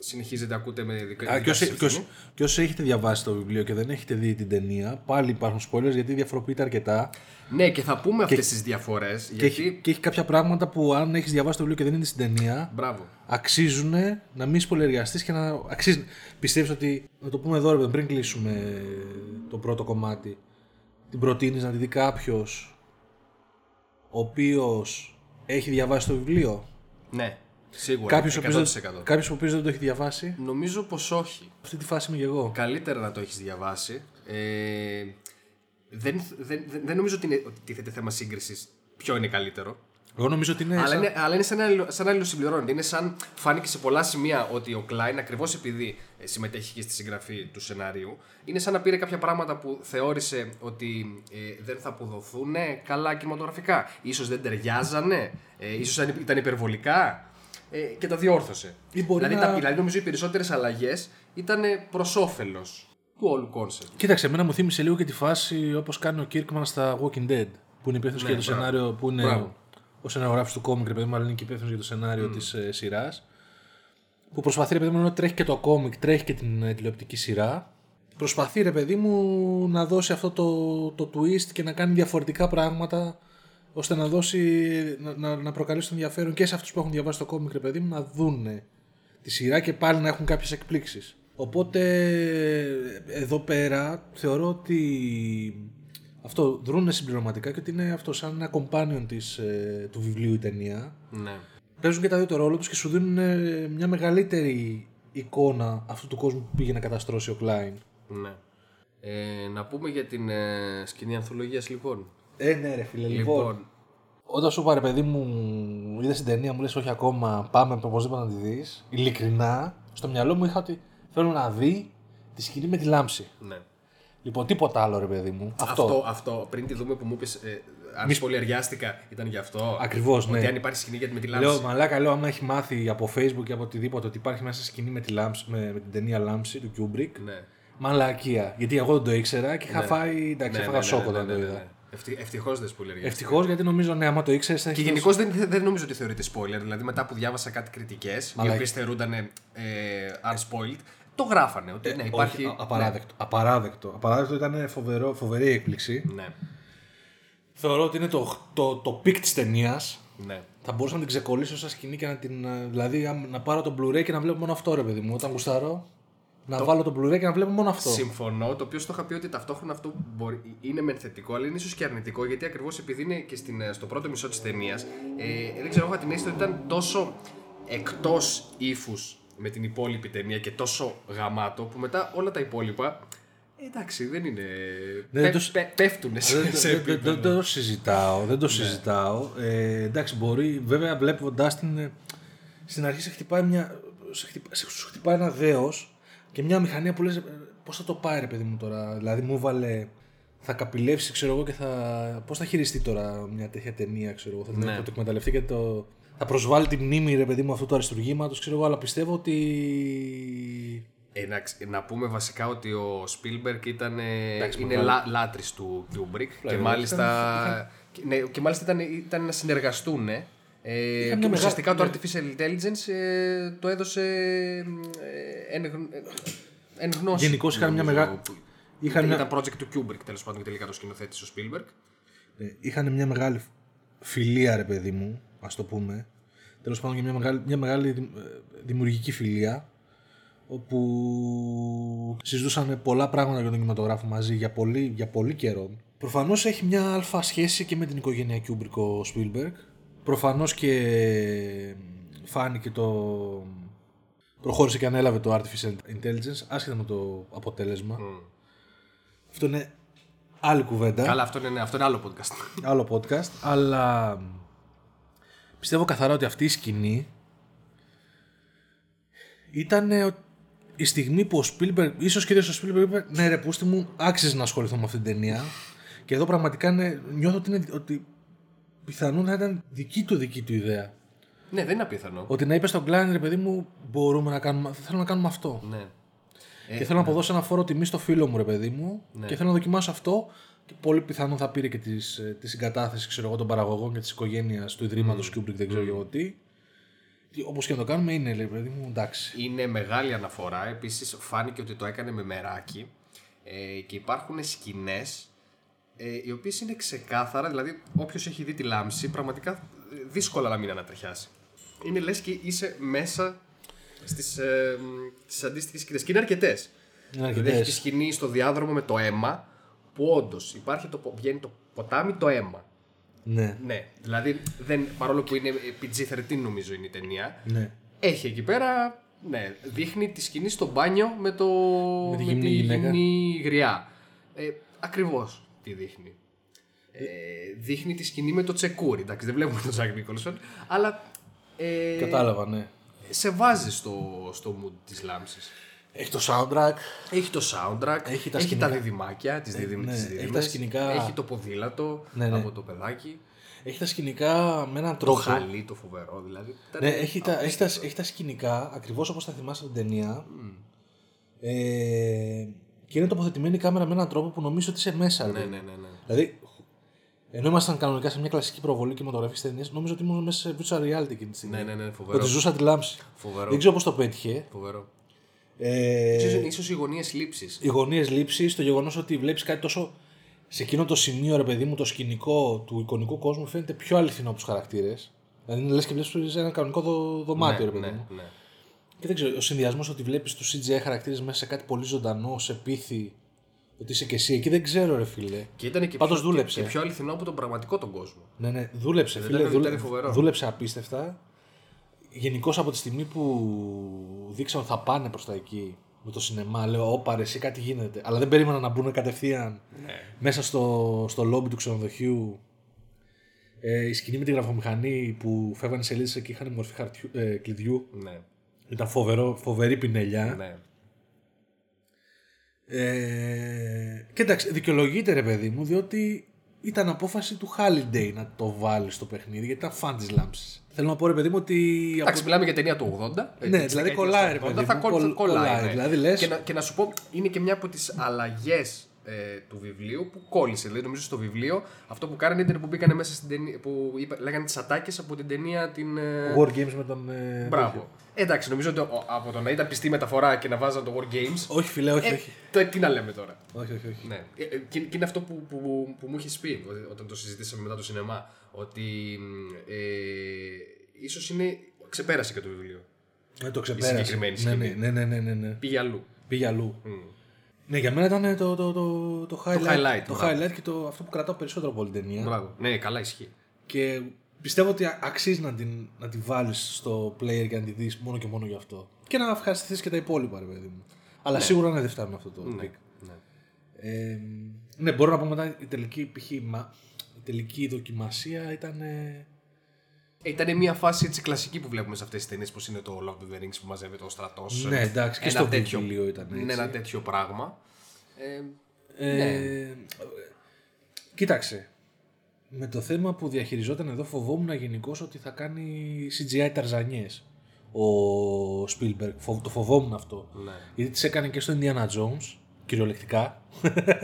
[SPEAKER 1] συνεχίζετε, ακούτε με
[SPEAKER 2] Α,
[SPEAKER 1] δικά
[SPEAKER 2] και όσοι- και όσοι- Και όσοι έχετε διαβάσει το βιβλίο και δεν έχετε δει την ταινία, πάλι υπάρχουν spoilers γιατί διαφοροποιείται αρκετά.
[SPEAKER 1] Ναι, και θα πούμε αυτές τις διαφορές.
[SPEAKER 2] Και έχει,
[SPEAKER 1] Γιατί.
[SPEAKER 2] και έχει κάποια πράγματα που αν έχεις διαβάσει το βιβλίο και δεν είναι στην ταινία,
[SPEAKER 1] Μπράβο.
[SPEAKER 2] αξίζουν να μην σπολεριαστεί και να αξίζει. Πιστεύεις ότι. Να το πούμε εδώ, ρε, παιδί, πριν κλείσουμε το πρώτο κομμάτι. Την προτείνεις να τη δει κάποιος ο οποίος έχει διαβάσει το βιβλίο.
[SPEAKER 1] Ναι, σίγουρα.
[SPEAKER 2] Κάποιος ο
[SPEAKER 1] 100%.
[SPEAKER 2] οποίος δεν το έχει διαβάσει.
[SPEAKER 1] Νομίζω πως όχι.
[SPEAKER 2] Αυτή τη φάση είμαι και εγώ.
[SPEAKER 1] Καλύτερα να το έχεις διαβάσει. Ε, δεν, δεν, δεν, δεν νομίζω ότι, είναι, ότι τίθεται θέμα σύγκρισης ποιο είναι καλύτερο.
[SPEAKER 2] Εγώ νομίζω ότι είναι.
[SPEAKER 1] Αλλά
[SPEAKER 2] σαν-
[SPEAKER 1] είναι, αλλά είναι σαν, αλληλο- σαν αλληλοσυμπληρώνεται. Είναι σαν φάνηκε σε πολλά σημεία ότι ο Κλάιν, ακριβώς επειδή ε, συμμετέχει και στη συγγραφή του σενάριου, είναι σαν να πήρε κάποια πράγματα που θεώρησε ότι ε, δεν θα αποδοθούν καλά κινηματογραφικά. σω δεν ταιριάζανε, ε, ίσως ήταν υπερβολικά ε, και τα διόρθωσε.
[SPEAKER 2] Ή μπορεί
[SPEAKER 1] δηλαδή,
[SPEAKER 2] να-
[SPEAKER 1] τα, δηλαδή, νομίζω οι περισσότερες αλλαγές ήταν προς όφελος του όλου κόνσεπτ.
[SPEAKER 2] Κοίταξε, εμένα μου θύμισε λίγο και τη φάση όπως κάνει ο Κίρκμαν στα Walking Dead. Που είναι υπεύθυνο για το
[SPEAKER 1] Ναι, μπράβο.
[SPEAKER 2] σενάριο. Που είναι
[SPEAKER 1] Μπράβο.
[SPEAKER 2] ο σενάριογράφο του κόμικ, ρε παιδί μου, αλλά είναι και υπεύθυνος για το σενάριο της ε, σειράς. Που προσπαθεί, ρε παιδί μου, ενώ τρέχει και το κόμικ, τρέχει και την ε, τηλεοπτική σειρά. Προσπαθεί, ρε παιδί μου, να δώσει αυτό το, το twist και να κάνει διαφορετικά πράγματα ώστε να, δώσει, να, να, να προκαλέσει το ενδιαφέρον και σε αυτούς που έχουν διαβάσει το κόμικ, ρε παιδί μου, να δούνε τη σειρά και πάλι να έχουν κάποιες εκπλήξεις. Οπότε εδώ πέρα θεωρώ ότι αυτό δρούνε συμπληρωματικά και ότι είναι αυτό σαν ένα companion της, ε, του βιβλίου η ταινία.
[SPEAKER 1] Ναι.
[SPEAKER 2] Παίζουν και τα δύο το ρόλο τους και σου δίνουν ε, μια μεγαλύτερη εικόνα αυτού του κόσμου που πήγε να καταστρώσει ο Κλάιν.
[SPEAKER 1] ναι. Ε, να πούμε για την ε, σκηνή ανθολογίας λοιπόν.
[SPEAKER 2] Ε, ναι ρε φίλε,
[SPEAKER 1] Λοιπόν,
[SPEAKER 2] Όταν σου είπα ρε παιδί μου, είδες την ταινία μου, λες όχι ακόμα, πάμε οπωσδήποτε να τη δεις. Ειλικρινά, στο μυαλό μου είχα ότι θέλω να δει τη σκηνή με τη λάμψη.
[SPEAKER 1] ναι.
[SPEAKER 2] Λοιπόν, τίποτα άλλο ρε παιδί μου. Αυτό.
[SPEAKER 1] Αυτό. αυτό, πριν τη δούμε που μου είπες ε, αν Μη... σπολιαριάστηκα ήταν γι' αυτό.
[SPEAKER 2] Ακριβώς,
[SPEAKER 1] Ότι
[SPEAKER 2] ναι.
[SPEAKER 1] αν υπάρχει σκηνή για τη με τη λάμψη.
[SPEAKER 2] Λέω μαλάκα, λέω άμα έχει μάθει από facebook και από οτιδήποτε ότι υπάρχει μέσα σκηνή με, τη λάμψη, με, με την ταινία Λάμψη του Κιούμπρικ.
[SPEAKER 1] Ναι.
[SPEAKER 2] Μαλακία. Γιατί εγώ δεν το ήξερα και είχα φάει.
[SPEAKER 1] Ναι,
[SPEAKER 2] Εντάξει, έφαγα σοκ όταν το είδα.
[SPEAKER 1] Ευτυχώς δεν σπολιαριάστηκα.
[SPEAKER 2] Ευτυχώς γιατί νομίζω ναι, άμα το ήξερες θα
[SPEAKER 1] Και
[SPEAKER 2] έχεις.
[SPEAKER 1] γενικώς δεν, δεν νομίζω ότι θεωρείται spoiler. Δηλαδή, μετά που διάβασα κάτι κριτικές, οι
[SPEAKER 2] Μαλάκα.
[SPEAKER 1] οποίε θεωρούνταν ε, unspoiled, το γράφανε. Ότι ναι, υπάρχει.
[SPEAKER 2] Ε, Όχι, α- απαράδεκτο. απαράδεκτο. Απαράδεκτο ήταν φοβερό, φοβερή έκπληξη.
[SPEAKER 1] Ναι,
[SPEAKER 2] Θεωρώ ότι είναι το, το, το πικ της ταινίας.
[SPEAKER 1] ναι.
[SPEAKER 2] Θα μπορούσα να την ξεκολλήσω σαν σκηνή και να την. ε, Δηλαδή αν- να πάρω τον Blu-ray και να βλέπω μόνο αυτό, ρε παιδί μου. Όταν γουστάρω, να βάλω τον Blu-ray και να βλέπω μόνο αυτό.
[SPEAKER 1] Συμφωνώ, το οποίο στο είχα πει ότι ταυτόχρονα αυτό μπορεί, είναι μεν θετικό, αλλά είναι ίσως και αρνητικό, γιατί ακριβώς επειδή είναι και στην, ε, στο πρώτο μισό της ταινίας, ε, δεν ξέρω, είχα την αίσθηση ότι ήταν τόσο εκτός ύφους με την υπόλοιπη ταινία και τόσο γαμάτο, που μετά όλα τα υπόλοιπα. ε, Εντάξει, δεν είναι.
[SPEAKER 2] Ναι,
[SPEAKER 1] πε,
[SPEAKER 2] δεν το-
[SPEAKER 1] πε- πέφτουνε σε,
[SPEAKER 2] Δεν-
[SPEAKER 1] σε
[SPEAKER 2] δεν- δεν-
[SPEAKER 1] επίπεδο. Ναι.
[SPEAKER 2] Δεν το συζητάω, δεν το συζητάω. Ε, εντάξει, μπορεί, βέβαια βλέποντά την. ε, Στην αρχή σε χτυπάει, μια, σε χτυπά- σε- σου χτυπάει ένα δέος και μια μηχανία που λες ε, πώς θα το πάει ρε παιδί μου τώρα. Δηλαδή μου βάλε. Θα καπηλεύσει, ξέρω εγώ, και θα. Πώς θα χειριστεί τώρα μια τέτοια ταινία, ξέρω εγώ. Θα
[SPEAKER 1] Ναι.
[SPEAKER 2] την θα το εκμεταλλευτεί και το. Θα προσβάλλει τη μνήμη, ρε παιδί μου, αυτού του αριστουργήματος, ξέρω εγώ, αλλά πιστεύω ότι.
[SPEAKER 1] Ε, να, ξ- να πούμε βασικά ότι ο Spielberg ήταν, ε, είναι
[SPEAKER 2] μεγάλο.
[SPEAKER 1] λά, λάτρης του Kubrick και μάλιστα, και, ναι, και μάλιστα ήταν, ήταν να συνεργαστούν ε,
[SPEAKER 2] μια
[SPEAKER 1] και
[SPEAKER 2] μεγάλη-
[SPEAKER 1] ουσιαστικά
[SPEAKER 2] ναι.
[SPEAKER 1] το Artificial Intelligence ε, το έδωσε ε, εν, γνω- ε, εν γνώση.
[SPEAKER 2] Γενικώς είχαν μια
[SPEAKER 1] νομίζω,
[SPEAKER 2] μεγάλη-
[SPEAKER 1] που-
[SPEAKER 2] είχαν
[SPEAKER 1] ήταν,
[SPEAKER 2] μια-
[SPEAKER 1] ήταν project του Kubrick τέλος πάντων και τελικά το σκηνοθέτησε ο Spielberg.
[SPEAKER 2] ε, είχαν μια μεγάλη φιλία, ρε παιδί μου, ας το πούμε. Τέλος πάντων και μια μεγάλη, μια μεγάλη δημ- ε, δημιουργική φιλία όπου συζητούσαν πολλά πράγματα για τον κινηματογράφο μαζί για πολύ, για πολύ καιρό. Προφανώς έχει μια αλφα σχέση και με την οικογένεια Κιούμπρικ ο Spielberg. Προφανώς και φάνηκε το... Προχώρησε και ανέλαβε το Artificial Intelligence άσχετα με το αποτέλεσμα. Αυτό είναι άλλη κουβέντα
[SPEAKER 1] Καλά αυτό είναι, ναι, αυτό είναι άλλο podcast.
[SPEAKER 2] άλλο podcast, αλλά πιστεύω καθαρά ότι αυτή η σκηνή ήταν η στιγμή που ο Spielberg, ίσως και ο ίδιος ο Spielberg είπε ναι ρε πούστη μου, άξιζες να ασχοληθώ με αυτή την ταινία Και εδώ πραγματικά είναι, νιώθω ότι, είναι, ότι πιθανόν να ήταν δική του δική του ιδέα.
[SPEAKER 1] Ναι, δεν είναι απίθανο.
[SPEAKER 2] Ότι να είπες στον Κλάιν, ρε παιδί μου, μπορούμε να κάνουμε, θέλω να κάνουμε αυτό.
[SPEAKER 1] Ναι.
[SPEAKER 2] και θέλω να αποδώσω ένα φόρο τιμή στο φίλο μου, ρε παιδί μου, και θέλω να δοκιμάσω αυτό. Και πολύ πιθανόν θα πήρε και τις, ε, τη συγκατάθεση ξέρω εγώ, των παραγωγών και της οικογένειας του Ιδρύματος Kubrick, δεν ξέρω εγώ τι. Όπως και να το κάνουμε, είναι, λέει, παιδί μου, εντάξει.
[SPEAKER 1] Είναι μεγάλη αναφορά. Επίσης φάνηκε ότι το έκανε με μεράκι ε, και υπάρχουν σκηνές ε, οι οποίες είναι ξεκάθαρα, δηλαδή όποιος έχει δει τη λάμψη πραγματικά ε, δύσκολα να μην ανατριχιάσει. Είναι λες και είσαι μέσα στις, ε, μ, στις αντίστοιχες σκηνές και είναι αρκετές.
[SPEAKER 2] Είναι
[SPEAKER 1] Δηλαδή έχει τη
[SPEAKER 2] αρκετές.
[SPEAKER 1] σκηνή στο διάδρομο με το αίμα που όντως υπάρχει το, πο- βγαίνει το ποτάμι το αίμα.
[SPEAKER 2] Ναι.
[SPEAKER 1] Ναι, δηλαδή δεν, παρόλο που είναι ε, PG-13 νομίζω είναι η ταινία,
[SPEAKER 2] ναι.
[SPEAKER 1] έχει εκεί πέρα. Ναι, δείχνει τη σκηνή στο μπάνιο με, το...
[SPEAKER 2] Με τη γυμνή γυναίκα.
[SPEAKER 1] γυμνή γριά. Ε, Ακριβώς τι δείχνει. Ε, δείχνει τη σκηνή με το τσεκούρι. Εντάξει, δεν βλέπουμε τον Τζακ Νίκολσον, αλλά ε,
[SPEAKER 2] Κατάλαβα, ναι.
[SPEAKER 1] σε βάζει στο, στο mood της λάμψης.
[SPEAKER 2] Έχει το soundtrack.
[SPEAKER 1] Έχει το soundtrack,
[SPEAKER 2] Έχει τα
[SPEAKER 1] τα
[SPEAKER 2] σκηνικά.
[SPEAKER 1] διδυμάκια, τις δίδυμ,
[SPEAKER 2] ναι,
[SPEAKER 1] τις
[SPEAKER 2] έχει τα
[SPEAKER 1] δίδυμες,
[SPEAKER 2] σκηνικά.
[SPEAKER 1] έχει το ποδήλατο
[SPEAKER 2] Ναι, ναι.
[SPEAKER 1] από το παιδάκι,
[SPEAKER 2] Έχει τα σκηνικά με έναν
[SPEAKER 1] το
[SPEAKER 2] τρόπο.
[SPEAKER 1] χαλί το φοβερό δηλαδή. Ήταν
[SPEAKER 2] Ναι, έχει τα, έχει, τα,
[SPEAKER 1] απίστευτο.
[SPEAKER 2] έχει τα σκηνικά ακριβώς όπως τα θυμάσαι από την ταινία. Ε, και είναι τοποθετημένη η κάμερα με έναν τρόπο που νομίζω ότι είσαι μέσα.
[SPEAKER 1] Ναι,
[SPEAKER 2] ρε.
[SPEAKER 1] ναι, ναι, ναι.
[SPEAKER 2] Δηλαδή, ενώ ήμασταν κανονικά σε μια κλασική προβολή κινηματογραφικής ταινίας, νομίζω ότι ήμουν μέσα σε virtual reality εκείνη τη στιγμή.
[SPEAKER 1] Ναι, ναι, ναι, φοβερό.
[SPEAKER 2] Ότι ζούσα τη λάμψη.
[SPEAKER 1] Φοβερό.
[SPEAKER 2] Δεν ξέρω πώς το πέτυχε.
[SPEAKER 1] φοβερό.
[SPEAKER 2] Ε,
[SPEAKER 1] Ίσως, ίσως οι γωνίες λήψης.
[SPEAKER 2] οι γωνίες λήψης, το γεγονός ότι βλέπεις κάτι τόσο. Σε εκείνο το σημείο, ρε παιδί μου, το σκηνικό του εικονικού κόσμου φαίνεται πιο αληθινό από τους χαρακτήρες. Δηλαδή, λες και βλέπεις ένα κανονικό δω- δωμάτιο, ρε παιδί
[SPEAKER 1] ναι,
[SPEAKER 2] μου.
[SPEAKER 1] ναι.
[SPEAKER 2] Και δεν ξέρω, ο συνδυασμός ότι βλέπεις τους CGI χαρακτήρες μέσα σε κάτι πολύ ζωντανό, σε πίθη, ότι είσαι και εσύ εκεί, δεν ξέρω, ρε φίλε.
[SPEAKER 1] Και ήταν και,
[SPEAKER 2] Πάντως
[SPEAKER 1] πιο,
[SPEAKER 2] δούλεψε.
[SPEAKER 1] και πιο αληθινό από τον πραγματικό τον κόσμο.
[SPEAKER 2] Ναι, ναι, δούλεψε, φίλε.
[SPEAKER 1] ήταν-
[SPEAKER 2] δούλε-
[SPEAKER 1] ήταν φοβερό.
[SPEAKER 2] Δούλεψε απίστευτα. Γενικώς από τη στιγμή που δείξαν ότι θα πάνε προς τα εκεί με το σινεμά, λέω: Όπα, ρε, εσύ κάτι γίνεται. Αλλά δεν περίμενα να μπουν κατευθείαν
[SPEAKER 1] Ναι.
[SPEAKER 2] μέσα στο, στο λόμπι του ξενοδοχείου. Ε, η σκηνή με τη γραφομηχανή που φεύγανε σελίδε και είχαν μορφή χαρτιού, ε, κλειδιού.
[SPEAKER 1] Ναι,
[SPEAKER 2] Ήταν φοβερό, φοβερή πινελιά.
[SPEAKER 1] ναι.
[SPEAKER 2] Ε, και εντάξει, δικαιολογείται ρε παιδί μου, διότι ήταν απόφαση του Holiday να το βάλει στο παιχνίδι, γιατί ήταν φαν της λάμψης. Θέλω να πω ρε παιδί μου ότι.
[SPEAKER 1] Εντάξει, μιλάμε για ταινία του 80. ε,
[SPEAKER 2] Ναι,
[SPEAKER 1] της
[SPEAKER 2] δηλαδή
[SPEAKER 1] δεκαετίας
[SPEAKER 2] κολλάει,
[SPEAKER 1] του
[SPEAKER 2] ρε
[SPEAKER 1] 80,
[SPEAKER 2] παιδί
[SPEAKER 1] Θα
[SPEAKER 2] μου,
[SPEAKER 1] κολ-
[SPEAKER 2] κολλ- κολλάει,
[SPEAKER 1] ναι.
[SPEAKER 2] δηλαδή, λες-
[SPEAKER 1] Και, να, και να σου πω, είναι και μια από τις αλλαγές ε, του βιβλίου που κόλλησε. Δηλαδή, νομίζω στο βιβλίο αυτό που κάνανε ήταν που μπήκανε μέσα στην ταινία. που είπα, λέγανε τις ατάκες από την ταινία την. ε,
[SPEAKER 2] War Games με τον. ε,
[SPEAKER 1] Μπράβο. Εντάξει, νομίζω ότι ο- από το να ήταν πιστή μεταφορά και να βάζανε το War Games.
[SPEAKER 2] Όχι, φιλέ, όχι,
[SPEAKER 1] ε,
[SPEAKER 2] όχι.
[SPEAKER 1] το- τι να λέμε τώρα.
[SPEAKER 2] Όχι, όχι, όχι.
[SPEAKER 1] Ναι. Ε, ε, Και, και είναι αυτό που, που, που μου έχεις πει ό- όταν το συζητήσαμε μετά το σινεμά. Ότι μ, ε, ίσως είναι. ξεπέρασε και το βιβλίο.
[SPEAKER 2] Ε, το ξεπέρασε.
[SPEAKER 1] συγκεκριμένη
[SPEAKER 2] Ναι,
[SPEAKER 1] σκηνή.
[SPEAKER 2] ναι, ναι, ναι, ναι, ναι, ναι.
[SPEAKER 1] Πήγε αλλού.
[SPEAKER 2] Πήγε αλλού. Ναι, για μένα ήταν ε, το, το, το, το highlight,
[SPEAKER 1] highlight,
[SPEAKER 2] το
[SPEAKER 1] μπράβο.
[SPEAKER 2] highlight και το, αυτό που κρατάω περισσότερο από όλη την ταινία.
[SPEAKER 1] Μπράβο. Ναι, καλά ισχύει.
[SPEAKER 2] Και πιστεύω ότι αξίζει να την, να τη βάλεις στο player και να τη δεις μόνο και μόνο γι' αυτό. Και να ευχαριστηθείς και τα υπόλοιπα, ρε παιδί μου. Αλλά σίγουρα ναι, δεν φτάνει αυτό το pick.
[SPEAKER 1] Ναι.
[SPEAKER 2] Ε, ναι, μπορώ να πω μετά η τελική, π.χ. η μα- η τελική δοκιμασία ήταν. ε,
[SPEAKER 1] Ήταν Ε, μια φάση έτσι κλασική που βλέπουμε σε αυτές τις ταινίες που είναι το Love of the Rings που μαζεύεται ο ε, στρατός.
[SPEAKER 2] Ναι, εντάξει, και στο βιβλίο ήταν
[SPEAKER 1] Είναι
[SPEAKER 2] έτσι.
[SPEAKER 1] Ναι, ένα τέτοιο πράγμα. Ε,
[SPEAKER 2] ε, ε, Κοίταξε. Με το θέμα που διαχειριζόταν εδώ φοβόμουν γενικώς ότι θα κάνει CGI ταρζανιές ο Spielberg. Φοβ- το φοβόμουν αυτό.
[SPEAKER 1] Ναι.
[SPEAKER 2] Γιατί τις έκανε και στο Indiana Jones, κυριολεκτικά.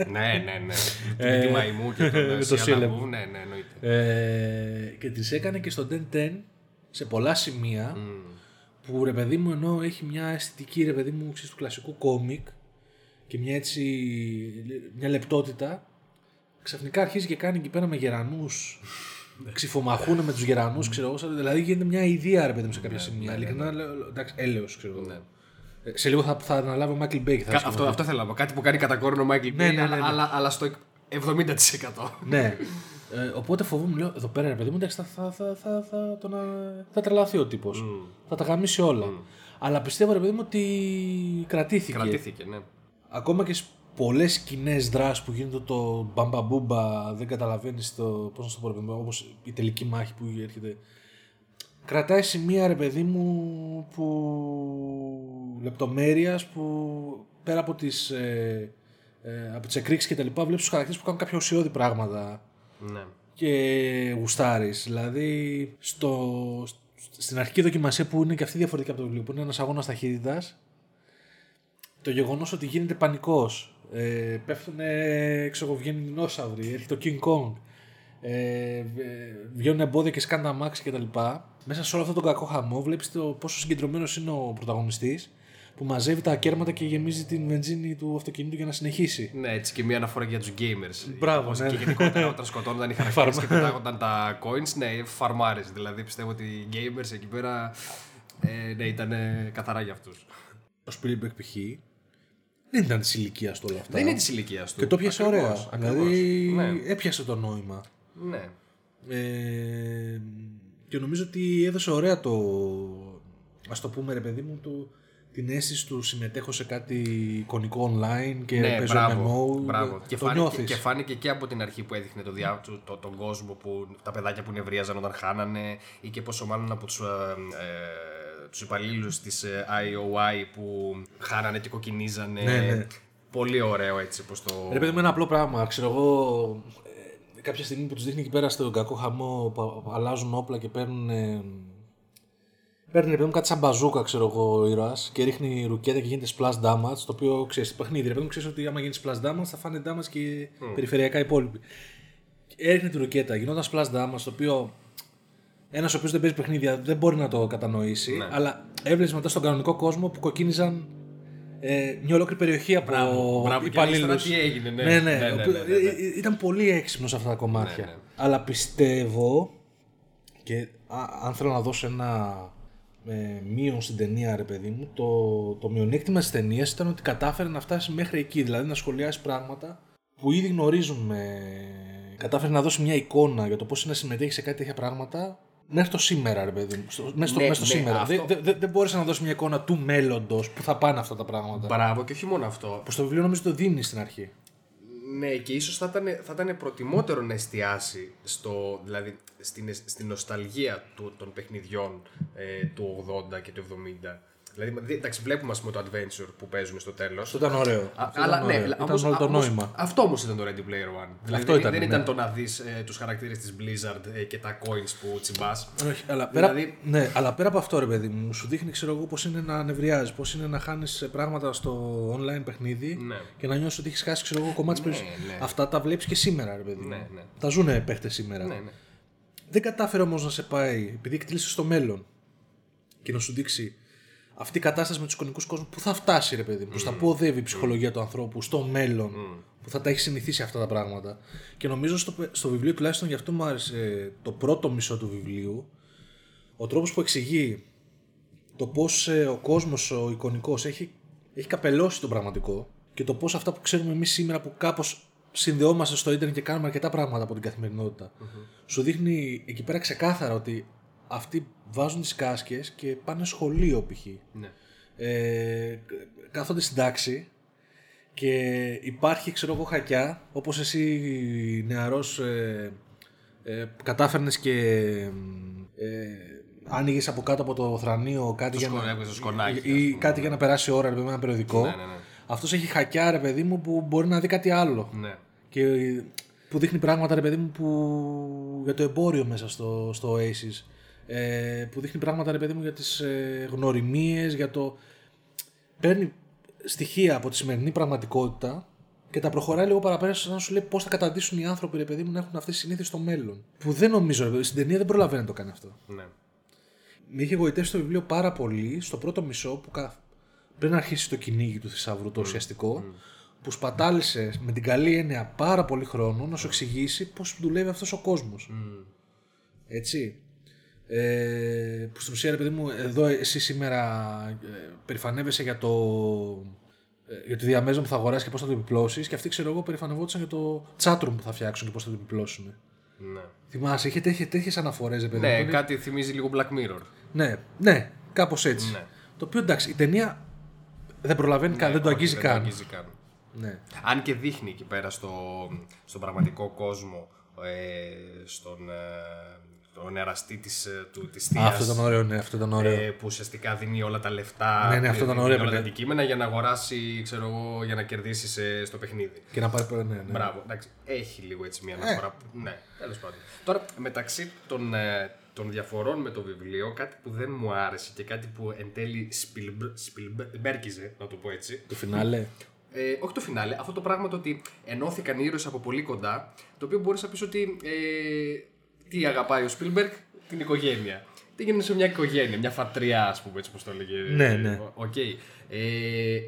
[SPEAKER 1] ναι, ναι, ναι. Με τη Μαϊμού και
[SPEAKER 2] Ε, με
[SPEAKER 1] τον
[SPEAKER 2] το
[SPEAKER 1] Σιαλαμπού.
[SPEAKER 2] Σιαλαμπού.
[SPEAKER 1] Ναι, ναι, εννοείται.
[SPEAKER 2] Ε, και τις έκανε και στο Den 10 σε πολλά σημεία που ρε παιδί μου ενώ έχει μια αισθητική ρε παιδί μου ξέρεις, του κλασικού κόμικ και μια έτσι μια λεπτότητα ξαφνικά αρχίζει και κάνει εκεί πέρα με γερανούς ξυφομαχούν με τους γερανούς ξέρω εγώ σαν- δηλαδή γίνεται μια ιδέα ρε παιδί μου σε κάποια σημεία ειλικρινά λέω, εντάξει έλεος ξέρω εγώ. Ε, σε λίγο θα, θα αναλάβει ο Μάικλ Μπέικ θα
[SPEAKER 1] Κα-
[SPEAKER 2] σκεφτώ.
[SPEAKER 1] αυτό, αυτό θέλω να πω. Κάτι που κάνει κατά κόρνο ο Μάικλ Bay,
[SPEAKER 2] ναι, ναι,
[SPEAKER 1] αλλά,
[SPEAKER 2] ναι.
[SPEAKER 1] αλλά, αλλά στο 70%.
[SPEAKER 2] ναι. Ε, οπότε φοβούμαι, λέω, εδώ πέρα ρε παιδί μου, εντάξει, θα, θα, θα, θα, θα, τον, α- θα τρελαθεί ο τύπος. Θα τα γαμίσει όλα. Αλλά πιστεύω, ρε παιδί μου, ότι κρατήθηκε.
[SPEAKER 1] Κρατήθηκε, ναι.
[SPEAKER 2] Ακόμα και στι πολλέ κοινέ δράσει που γίνεται το μπαμπαμπούμπα, δεν καταλαβαίνεις το. Πώς να σου το πω, ρε παιδί μου, όπως η τελική μάχη που έρχεται. Κρατάει σημεία, ρε παιδί μου, που. λεπτομέρειας που πέρα από τις ε, ε, από τις εκρήξεις και τα λοιπά, βλέπεις τους χαρακτήρες που κάνουν κάποια ουσιώδη πράγματα
[SPEAKER 1] Ναι.
[SPEAKER 2] και γουστάρεις. Δηλαδή, στο, στην αρχική δοκιμασία που είναι και αυτή διαφορετική από το βιβλίο, που είναι ένας αγώνας ταχύτητας, το γεγονός ότι γίνεται πανικός, ε, πέφτουν, ε, ξέρω, εγώ, βγαίνουν δεινόσαυροι, έρχεται το King Kong, ε, ε, βγαίνουν εμπόδια και σκάντα αμάξι κτλ. Μέσα σε όλο αυτό τον κακό χαμό βλέπεις το πόσο συγκεντρωμένος είναι ο πρωταγωνιστής που μαζεύει τα ακέρματα και γεμίζει την βενζίνη του αυτοκινήτου για να συνεχίσει.
[SPEAKER 1] Ναι, έτσι και μια αναφορά και για τους gamers.
[SPEAKER 2] Μπράβο,
[SPEAKER 1] Όπως
[SPEAKER 2] ναι.
[SPEAKER 1] Και γενικότερα όταν σκοτώνονταν οι χαρακτήρε και πετάγονταν τα coins, ναι, φαρμάρε. Δηλαδή πιστεύω ότι οι gamers εκεί πέρα ε, ναι, ήταν ε, καθαρά για αυτούς.
[SPEAKER 2] ο Spielberg π.χ. δεν ήταν της ηλικίας του όλα αυτά.
[SPEAKER 1] Δεν είναι της ηλικίας του.
[SPEAKER 2] Και το πιάσε
[SPEAKER 1] Ναι, Ακριβώς,
[SPEAKER 2] ωραία.
[SPEAKER 1] ακριβώς.
[SPEAKER 2] Δηλαδή
[SPEAKER 1] Ναι.
[SPEAKER 2] έπιασε το νόημα.
[SPEAKER 1] ναι.
[SPEAKER 2] Ε, και νομίζω ότι έδωσε ωραία το. Ας το πούμε ρε παιδί μου, το, την αίσθηση του συμμετέχω σε κάτι εικονικό online και
[SPEAKER 1] Ναι,
[SPEAKER 2] παίζω
[SPEAKER 1] μπράβο.
[SPEAKER 2] MMO.
[SPEAKER 1] μπράβο.
[SPEAKER 2] Το
[SPEAKER 1] Και, φάνηκε,
[SPEAKER 2] νιώθεις.
[SPEAKER 1] και φάνηκε και από την αρχή που έδειχνε το διά, το, το- τον κόσμο, που, τα παιδάκια που νευρίαζαν όταν χάνανε ή και πόσο μάλλον από τους, ε, ε, τους υπαλλήλους της ε, IOI που χάνανε και κοκκινίζανε.
[SPEAKER 2] Ναι, ναι.
[SPEAKER 1] Πολύ ωραίο έτσι πως το...
[SPEAKER 2] Ρε παιδί μου, ένα απλό πράγμα. Ξέρω εγώ, ε, κάποια στιγμή που τους δείχνει εκεί πέρα στον κακό χαμό που α- αλλάζουν όπλα και παίρνουν. ε, Παίρνει ρε παιδί μου κάτι σαν μπαζούκα, ξέρω εγώ, ο ήρωας και ρίχνει ρουκέτα και γίνεται splash damage. Το οποίο ξέρεις, παιχνίδι. Ρε παιδί μου, ξέρεις ότι άμα γίνεις splash damage θα φάνε damage και οι περιφερειακά υπόλοιποι. Και Έριχνε τη ρουκέτα, γινόταν splash damage, το οποίο ένας ο οποίος δεν παίζει παιχνίδια δεν μπορεί να το κατανοήσει.
[SPEAKER 1] Ναι.
[SPEAKER 2] Αλλά έβλεπες μετά στον κανονικό κόσμο που κοκκίνιζαν ε, μια ολόκληρη περιοχή από
[SPEAKER 1] Μπράβο, μπράβο, και
[SPEAKER 2] υπαλλήλους.
[SPEAKER 1] ύστερα τι έγινε, ναι. Ναι,
[SPEAKER 2] ναι, ναι,
[SPEAKER 1] ναι, ναι, ναι, ναι.
[SPEAKER 2] Ή- Ήταν πολύ έξυπνος σε αυτά τα κομμάτια.
[SPEAKER 1] Ναι, ναι.
[SPEAKER 2] Αλλά πιστεύω και α- αν θέλω να δώσω ένα ε, μείον στην ταινία, ρε παιδί μου, το, το μειονέκτημα της ταινίας ήταν ότι κατάφερε να φτάσει μέχρι εκεί. Δηλαδή να σχολιάσει πράγματα που ήδη γνωρίζουμε. Κατάφερε να δώσει μια εικόνα για το πώς είναι να συμμετέχει σε κάτι τέτοια πράγματα μέχρι το σήμερα, ρε παιδί μου. Στο- Μέσα στο,
[SPEAKER 1] Ναι,
[SPEAKER 2] μέσα στο
[SPEAKER 1] ναι,
[SPEAKER 2] σήμερα.
[SPEAKER 1] αυτό-
[SPEAKER 2] Δεν- Δεν δεν- δεν μπόρεσε να δώσεις μια εικόνα του μέλλοντος που θα πάνε αυτά τα πράγματα.
[SPEAKER 1] Μπράβο και όχι μόνο αυτό.
[SPEAKER 2] Που στο βιβλίο νομίζω το δίνει στην αρχή.
[SPEAKER 1] Ναι, και ίσως θα ήταν, θα ήταν προτιμότερο να εστιάσει στο, δηλαδή, στην, εσ- στην νοσταλγία του, των παιχνιδιών ε, του 80 και του 70. Δηλαδή, δι- εντάξει, βλέπουμε ας πούμε, το adventure που παίζουμε στο τέλος.
[SPEAKER 2] Αυτό ήταν ωραίο.
[SPEAKER 1] Α-
[SPEAKER 2] Αυτό ήταν
[SPEAKER 1] Αλλά ναι,
[SPEAKER 2] ωραίο.
[SPEAKER 1] αλλά
[SPEAKER 2] ήταν
[SPEAKER 1] όμως-
[SPEAKER 2] όλο το
[SPEAKER 1] όμως-
[SPEAKER 2] νόημα.
[SPEAKER 1] Αυτό όμως ήταν το Ready Player One. Δηλαδή,
[SPEAKER 2] Αυτό
[SPEAKER 1] δεν-
[SPEAKER 2] ήταν,
[SPEAKER 1] δεν
[SPEAKER 2] ναι.
[SPEAKER 1] ήταν το να ε, δει τους χαρακτήρες της Blizzard ε, και τα coins που τσιμπάς.
[SPEAKER 2] Όχι, αλλά πέρα,
[SPEAKER 1] Δηλαδή-
[SPEAKER 2] ναι, αλλά πέρα από αυτό, ρε παιδί μου, σου δείχνει ξέρω εγώ, πώς είναι να νευριάζει, πώς είναι να χάνεις πράγματα στο online παιχνίδι
[SPEAKER 1] Ναι.
[SPEAKER 2] και να νιώσεις ότι έχεις χάσει ξέρω εγώ, κομμάτι ναι,
[SPEAKER 1] ναι.
[SPEAKER 2] Αυτά τα βλέπεις και σήμερα, ρε παιδί μου.
[SPEAKER 1] Ναι, ναι.
[SPEAKER 2] Τα ζουνε παίχτες σήμερα.
[SPEAKER 1] Ναι, ναι.
[SPEAKER 2] Δεν κατάφερε όμως να σε πάει, επειδή εκτελήσει στο μέλλον και να σου δείξει αυτή η κατάσταση με τους εικονικούς κόσμους που θα φτάσει, ρε παιδί μου, προς τα
[SPEAKER 1] Mm.
[SPEAKER 2] που οδεύει η ψυχολογία του ανθρώπου στο μέλλον, που θα τα έχει συνηθίσει αυτά τα πράγματα. Και νομίζω στο, στο βιβλίο, τουλάχιστον γι' αυτό μου άρεσε το πρώτο μισό του βιβλίου, ο τρόπος που εξηγεί το πώς ο κόσμος, ο εικονικός, έχει, έχει καπελώσει τον πραγματικό και το πώς αυτά που ξέρουμε εμείς σήμερα που κάπως συνδεόμαστε στο ίντερνετ και κάνουμε αρκετά πράγματα από την καθημερινοτητα Σου δείχνει εκεί πέρα ξεκάθαρα ότι αυτοί βάζουν τις κάσκες και πάνε σχολείο π.χ.
[SPEAKER 1] ναι.
[SPEAKER 2] Ε, κάθονται στην τάξη και υπάρχει ξέρω εγώ χακιά όπως εσύ νεαρός ε, ε, κατάφερνες και ε, άνοιγες από κάτω από το θρανείο κάτι για να-
[SPEAKER 1] σκο- έβγαζες το σκονάκι, ας
[SPEAKER 2] ή
[SPEAKER 1] πούμε.
[SPEAKER 2] κάτι για να περάσει ώρα ρε παιδί μου, ένα περιοδικό
[SPEAKER 1] Ναι, ναι, ναι.
[SPEAKER 2] αυτός έχει χακιά ρε παιδί μου που μπορεί να δει κάτι άλλο
[SPEAKER 1] ναι.
[SPEAKER 2] και που δείχνει πράγματα ρε παιδί μου που για το εμπόριο μέσα στο, στο Oasis ε, που δείχνει πράγματα ρε παιδί μου για τις ε, γνωριμίες για το παίρνει στοιχεία από τη σημερινή πραγματικότητα και τα προχωράει λίγο παραπέρα σαν να σου λέει πώς θα καταντήσουν οι άνθρωποι ρε παιδί μου να έχουν αυτές τις συνήθειες στο μέλλον που δεν νομίζω ρε παιδί, στην ταινία δεν προλαβαίνει να το κάνει αυτό
[SPEAKER 1] ναι.
[SPEAKER 2] με είχε γοητεύσει το βιβλίο πάρα πολύ στο πρώτο μισό που κα- πριν αρχίσει το κυνήγι του θησαυρού, το ουσιαστικό, που σπατάλησε με την καλή έννοια πάρα πολύ χρόνο να σου εξηγήσει πώς δουλεύει αυτός ο κόσμος. Έτσι. Ε, που στην ουσία, ρε παιδί μου, εδώ εσύ σήμερα ε, περηφανεύεσαι για το, ε, για το διαμέρισμα που θα αγοράσεις και πώς θα το επιπλώσεις και αυτοί, ξέρω εγώ, περηφανευόντουσαν για το chatroom που θα φτιάξουν και πώς θα το επιπλώσουν. Ε,
[SPEAKER 1] ναι.
[SPEAKER 2] Θυμάσαι, είχε τέτοιε τέτοιες αναφορές, ρε παιδί μου.
[SPEAKER 1] Ναι,
[SPEAKER 2] Ήταν-
[SPEAKER 1] κάτι θυμίζει λίγο Black Mirror.
[SPEAKER 2] ναι, ναι, κάπως έτσι.
[SPEAKER 1] Ναι.
[SPEAKER 2] Το οποίο εντάξει, η ταινία δεν προλαβαίνει καν, δεν το
[SPEAKER 1] Όχι,
[SPEAKER 2] αγγίζει
[SPEAKER 1] το
[SPEAKER 2] καν.
[SPEAKER 1] αγγίζει καν.
[SPEAKER 2] Ναι.
[SPEAKER 1] Αν και δείχνει εκεί πέρα στο, στον πραγματικό κόσμο, ε, στον, ε, το νεραστή της, ε, του, της
[SPEAKER 2] Α,
[SPEAKER 1] θείας,
[SPEAKER 2] αυτό ήταν ωραίο, ναι, αυτό ήταν ωραίο.
[SPEAKER 1] ε, που ουσιαστικά δίνει όλα τα λεφτά,
[SPEAKER 2] Ναι, ναι, αυτό ήταν
[SPEAKER 1] δίνει
[SPEAKER 2] ωραίο,
[SPEAKER 1] όλα τα
[SPEAKER 2] παιδιά.
[SPEAKER 1] αντικείμενα για να αγοράσει, ξέρω εγώ, για να κερδίσεις ε, στο παιχνίδι.
[SPEAKER 2] Και να πάρει. Ναι, ναι.
[SPEAKER 1] Μπράβο, εντάξει. Έχει λίγο έτσι
[SPEAKER 2] Ε.
[SPEAKER 1] μια αναφορά. που- Ναι, τέλος πάντων. Τώρα, μεταξύ των, ε, των διαφορών με το βιβλίο, κάτι που δεν μου άρεσε και κάτι που εν τέλει σπιλμπ- σπιλμπέρκιζε, να το πω έτσι.
[SPEAKER 2] Το φινάλε.
[SPEAKER 1] Ε, όχι το φινάλε, αυτό το πράγμα το ότι ενώθηκαν οι ήρωες από πολύ κοντά, το οποίο μπορείς να πεις ότι ε, τι αγαπάει ο Σπίλμπεργκ, την οικογένεια. Τι γίνεται σε μια οικογένεια, μια φατριά, ας πούμε, έτσι όπως το έλεγε.
[SPEAKER 2] Ναι, ναι.
[SPEAKER 1] Ο- Οκ. Ε,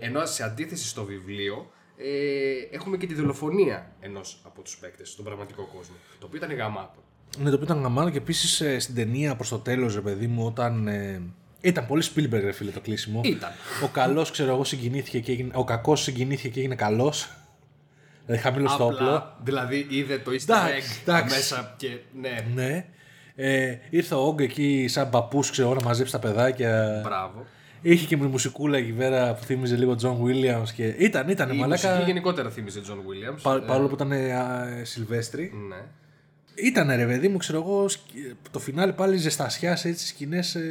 [SPEAKER 1] ενώ σε αντίθεση στο βιβλίο, ε, έχουμε και τη δολοφονία ενός από τους παίκτες στον πραγματικό κόσμο, το οποίο ήταν γαμάτο.
[SPEAKER 2] Ναι, το οποίο ήταν γαμάτο και επίσης στην ταινία προς το τέλος, ρε παιδί μου, όταν. ε, ήταν πολύ Spielberg, ρε φίλε, το κλείσιμο.
[SPEAKER 1] Ήταν.
[SPEAKER 2] Ο καλός, ξέρω εγώ, συγκινήθηκε και έγινε. Ο κακός συγκινήθηκε και έγινε καλός. Δηλαδή, χαμήλο στο όπλο.
[SPEAKER 1] Απλά, δηλαδή, είδε το easter
[SPEAKER 2] Εντάξει,
[SPEAKER 1] egg
[SPEAKER 2] εντάξει.
[SPEAKER 1] μέσα και ναι,
[SPEAKER 2] Ναι. Ε, ήρθε ο Όγκ εκεί, σαν παππούς, ξέρω εγώ, να μαζέψει τα παιδάκια.
[SPEAKER 1] μπράβο.
[SPEAKER 2] Είχε και μια μουσικούλα εκεί πέρα που θύμιζε λίγο John Williams και. Ήταν, ήταν,
[SPEAKER 1] Η
[SPEAKER 2] μαλάκα.
[SPEAKER 1] μουσική γενικότερα θύμιζε John Williams.
[SPEAKER 2] πα- παρόλο που ήταν ε, α, ε, Σιλβέστρη.
[SPEAKER 1] Ναι.
[SPEAKER 2] Ήταν ρε παιδί μου, ξέρω εγώ, σκ- ε, το φινάλε πάλι ζεστασιάς σε έτσι σκηνές ε,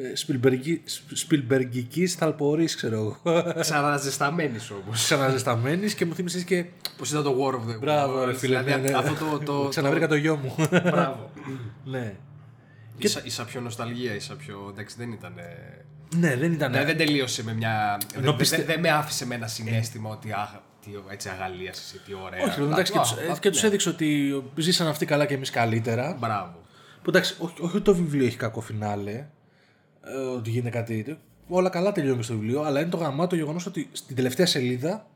[SPEAKER 2] ε, σπιλμπεργι- σπ- σπιλμπεργικής θαλπορής, ξέρω εγώ.
[SPEAKER 1] Ξαναζεσταμένης όμως.
[SPEAKER 2] Ξαναζεσταμένης και μου θύμισες και.
[SPEAKER 1] Πώς ήταν το War of the Worlds.
[SPEAKER 2] Μπράβο, ρε φίλε.
[SPEAKER 1] Δηλαδή,
[SPEAKER 2] ναι, ναι.
[SPEAKER 1] Αυτό το. το
[SPEAKER 2] Ξαναβρήκα το γιο μου.
[SPEAKER 1] Μπράβο.
[SPEAKER 2] ναι.
[SPEAKER 1] Ίσα, ίσα πιο νοσταλγία, ίσα πιο. Εντάξει, δεν ήταν. ε,
[SPEAKER 2] Ναι, δεν ήταν.
[SPEAKER 1] Δηλαδή δεν τελείωσε με μια. δεν- Δεν
[SPEAKER 2] πιστε-
[SPEAKER 1] δεν με άφησε με ένα συνέστημα ότι αχ, τι ω- έτσι αγαλίασες, τι ωραία.
[SPEAKER 2] Όχι, ρε, εντάξει, και
[SPEAKER 1] Α,
[SPEAKER 2] τους,
[SPEAKER 1] α, ναι.
[SPEAKER 2] ε, και τους έδειξε ότι ζήσαν αυτοί καλά και εμείς καλύτερα.
[SPEAKER 1] Μπράβο.
[SPEAKER 2] Που εντάξει, όχι, όχι ότι το βιβλίο έχει κακό φινάλε, ε, ότι γίνεται κάτι τέτοιο. Όλα καλά τελειώνουν στο βιβλίο, αλλά είναι το γαμάτο γεγονός ότι στην τελευταία σελίδα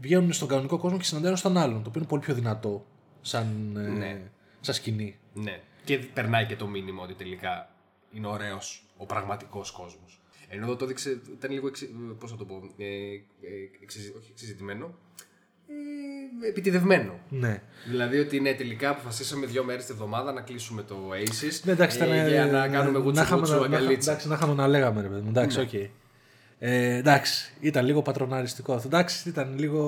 [SPEAKER 2] βγαίνουν στον κανονικό κόσμο και συναντάνε ένα τον άλλον. Το οποίο είναι πολύ πιο δυνατό σαν, ε,
[SPEAKER 1] Ναι.
[SPEAKER 2] σαν σκηνή.
[SPEAKER 1] Ναι. Και περνάει και το μήνυμα ότι τελικά είναι ωραίος ο πραγματικός κόσμος. Ενώ εδώ το έδειξε, ήταν λίγο. Εξι, πώς να το πω. Ε, ε, εξυζη- όχι εξυζητημένο. Ε, επιτιδευμένο.
[SPEAKER 2] Ναι.
[SPEAKER 1] Δηλαδή ότι ναι, τελικά αποφασίσαμε δύο μέρες τη εβδομάδα να κλείσουμε το Aces.
[SPEAKER 2] Ναι, εντάξει, ήταν,
[SPEAKER 1] ε,
[SPEAKER 2] ε,
[SPEAKER 1] για να κάνουμε γούτσου
[SPEAKER 2] είχαμε
[SPEAKER 1] γούτσου
[SPEAKER 2] να- να-
[SPEAKER 1] αγκαλίτσα. Ναι.
[SPEAKER 2] εντάξει, να είχαμε να λέγαμε, ρε παιδί μου. Εντάξει, οκ. Ε, εντάξει, ήταν λίγο πατροναριστικό αυτό. Εντάξει, ήταν λίγο.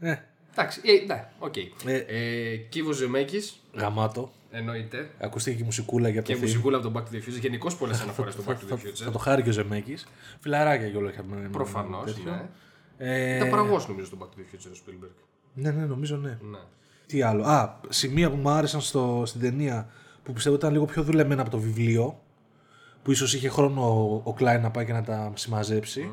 [SPEAKER 2] Ε,
[SPEAKER 1] Εντάξει, ε, ναι, οκ.
[SPEAKER 2] Ε,
[SPEAKER 1] Ε, Κύβο Ζεωμέκη,
[SPEAKER 2] γαμάτο.
[SPEAKER 1] εννοείται.
[SPEAKER 2] Ακούστηκε και η μουσικούλα για
[SPEAKER 1] Και
[SPEAKER 2] το theme.
[SPEAKER 1] μουσικούλα από τον Back to the Future. Γενικώς πολλές αναφορέ στο Back to the
[SPEAKER 2] Ε, Θα, θα
[SPEAKER 1] Future.
[SPEAKER 2] το χάρει και ο Ζεμέκης. Φιλαράκια κιόλας είχαμε.
[SPEAKER 1] Προφανώς.
[SPEAKER 2] τέτοιο.
[SPEAKER 1] Ναι.
[SPEAKER 2] Ε,
[SPEAKER 1] Ήταν παραγό νομίζω στο Back to the Future ο Spielberg.
[SPEAKER 2] ναι, ναι, νομίζω ναι.
[SPEAKER 1] Ναι.
[SPEAKER 2] Τι άλλο. Α, σημεία που μου άρεσαν στο, στην ταινία που πιστεύω ήταν λίγο πιο δουλεμένα από το βιβλίο. Που ίσως είχε χρόνο ο, ο Κλάιν να πάει και να τα συμμαζέψει.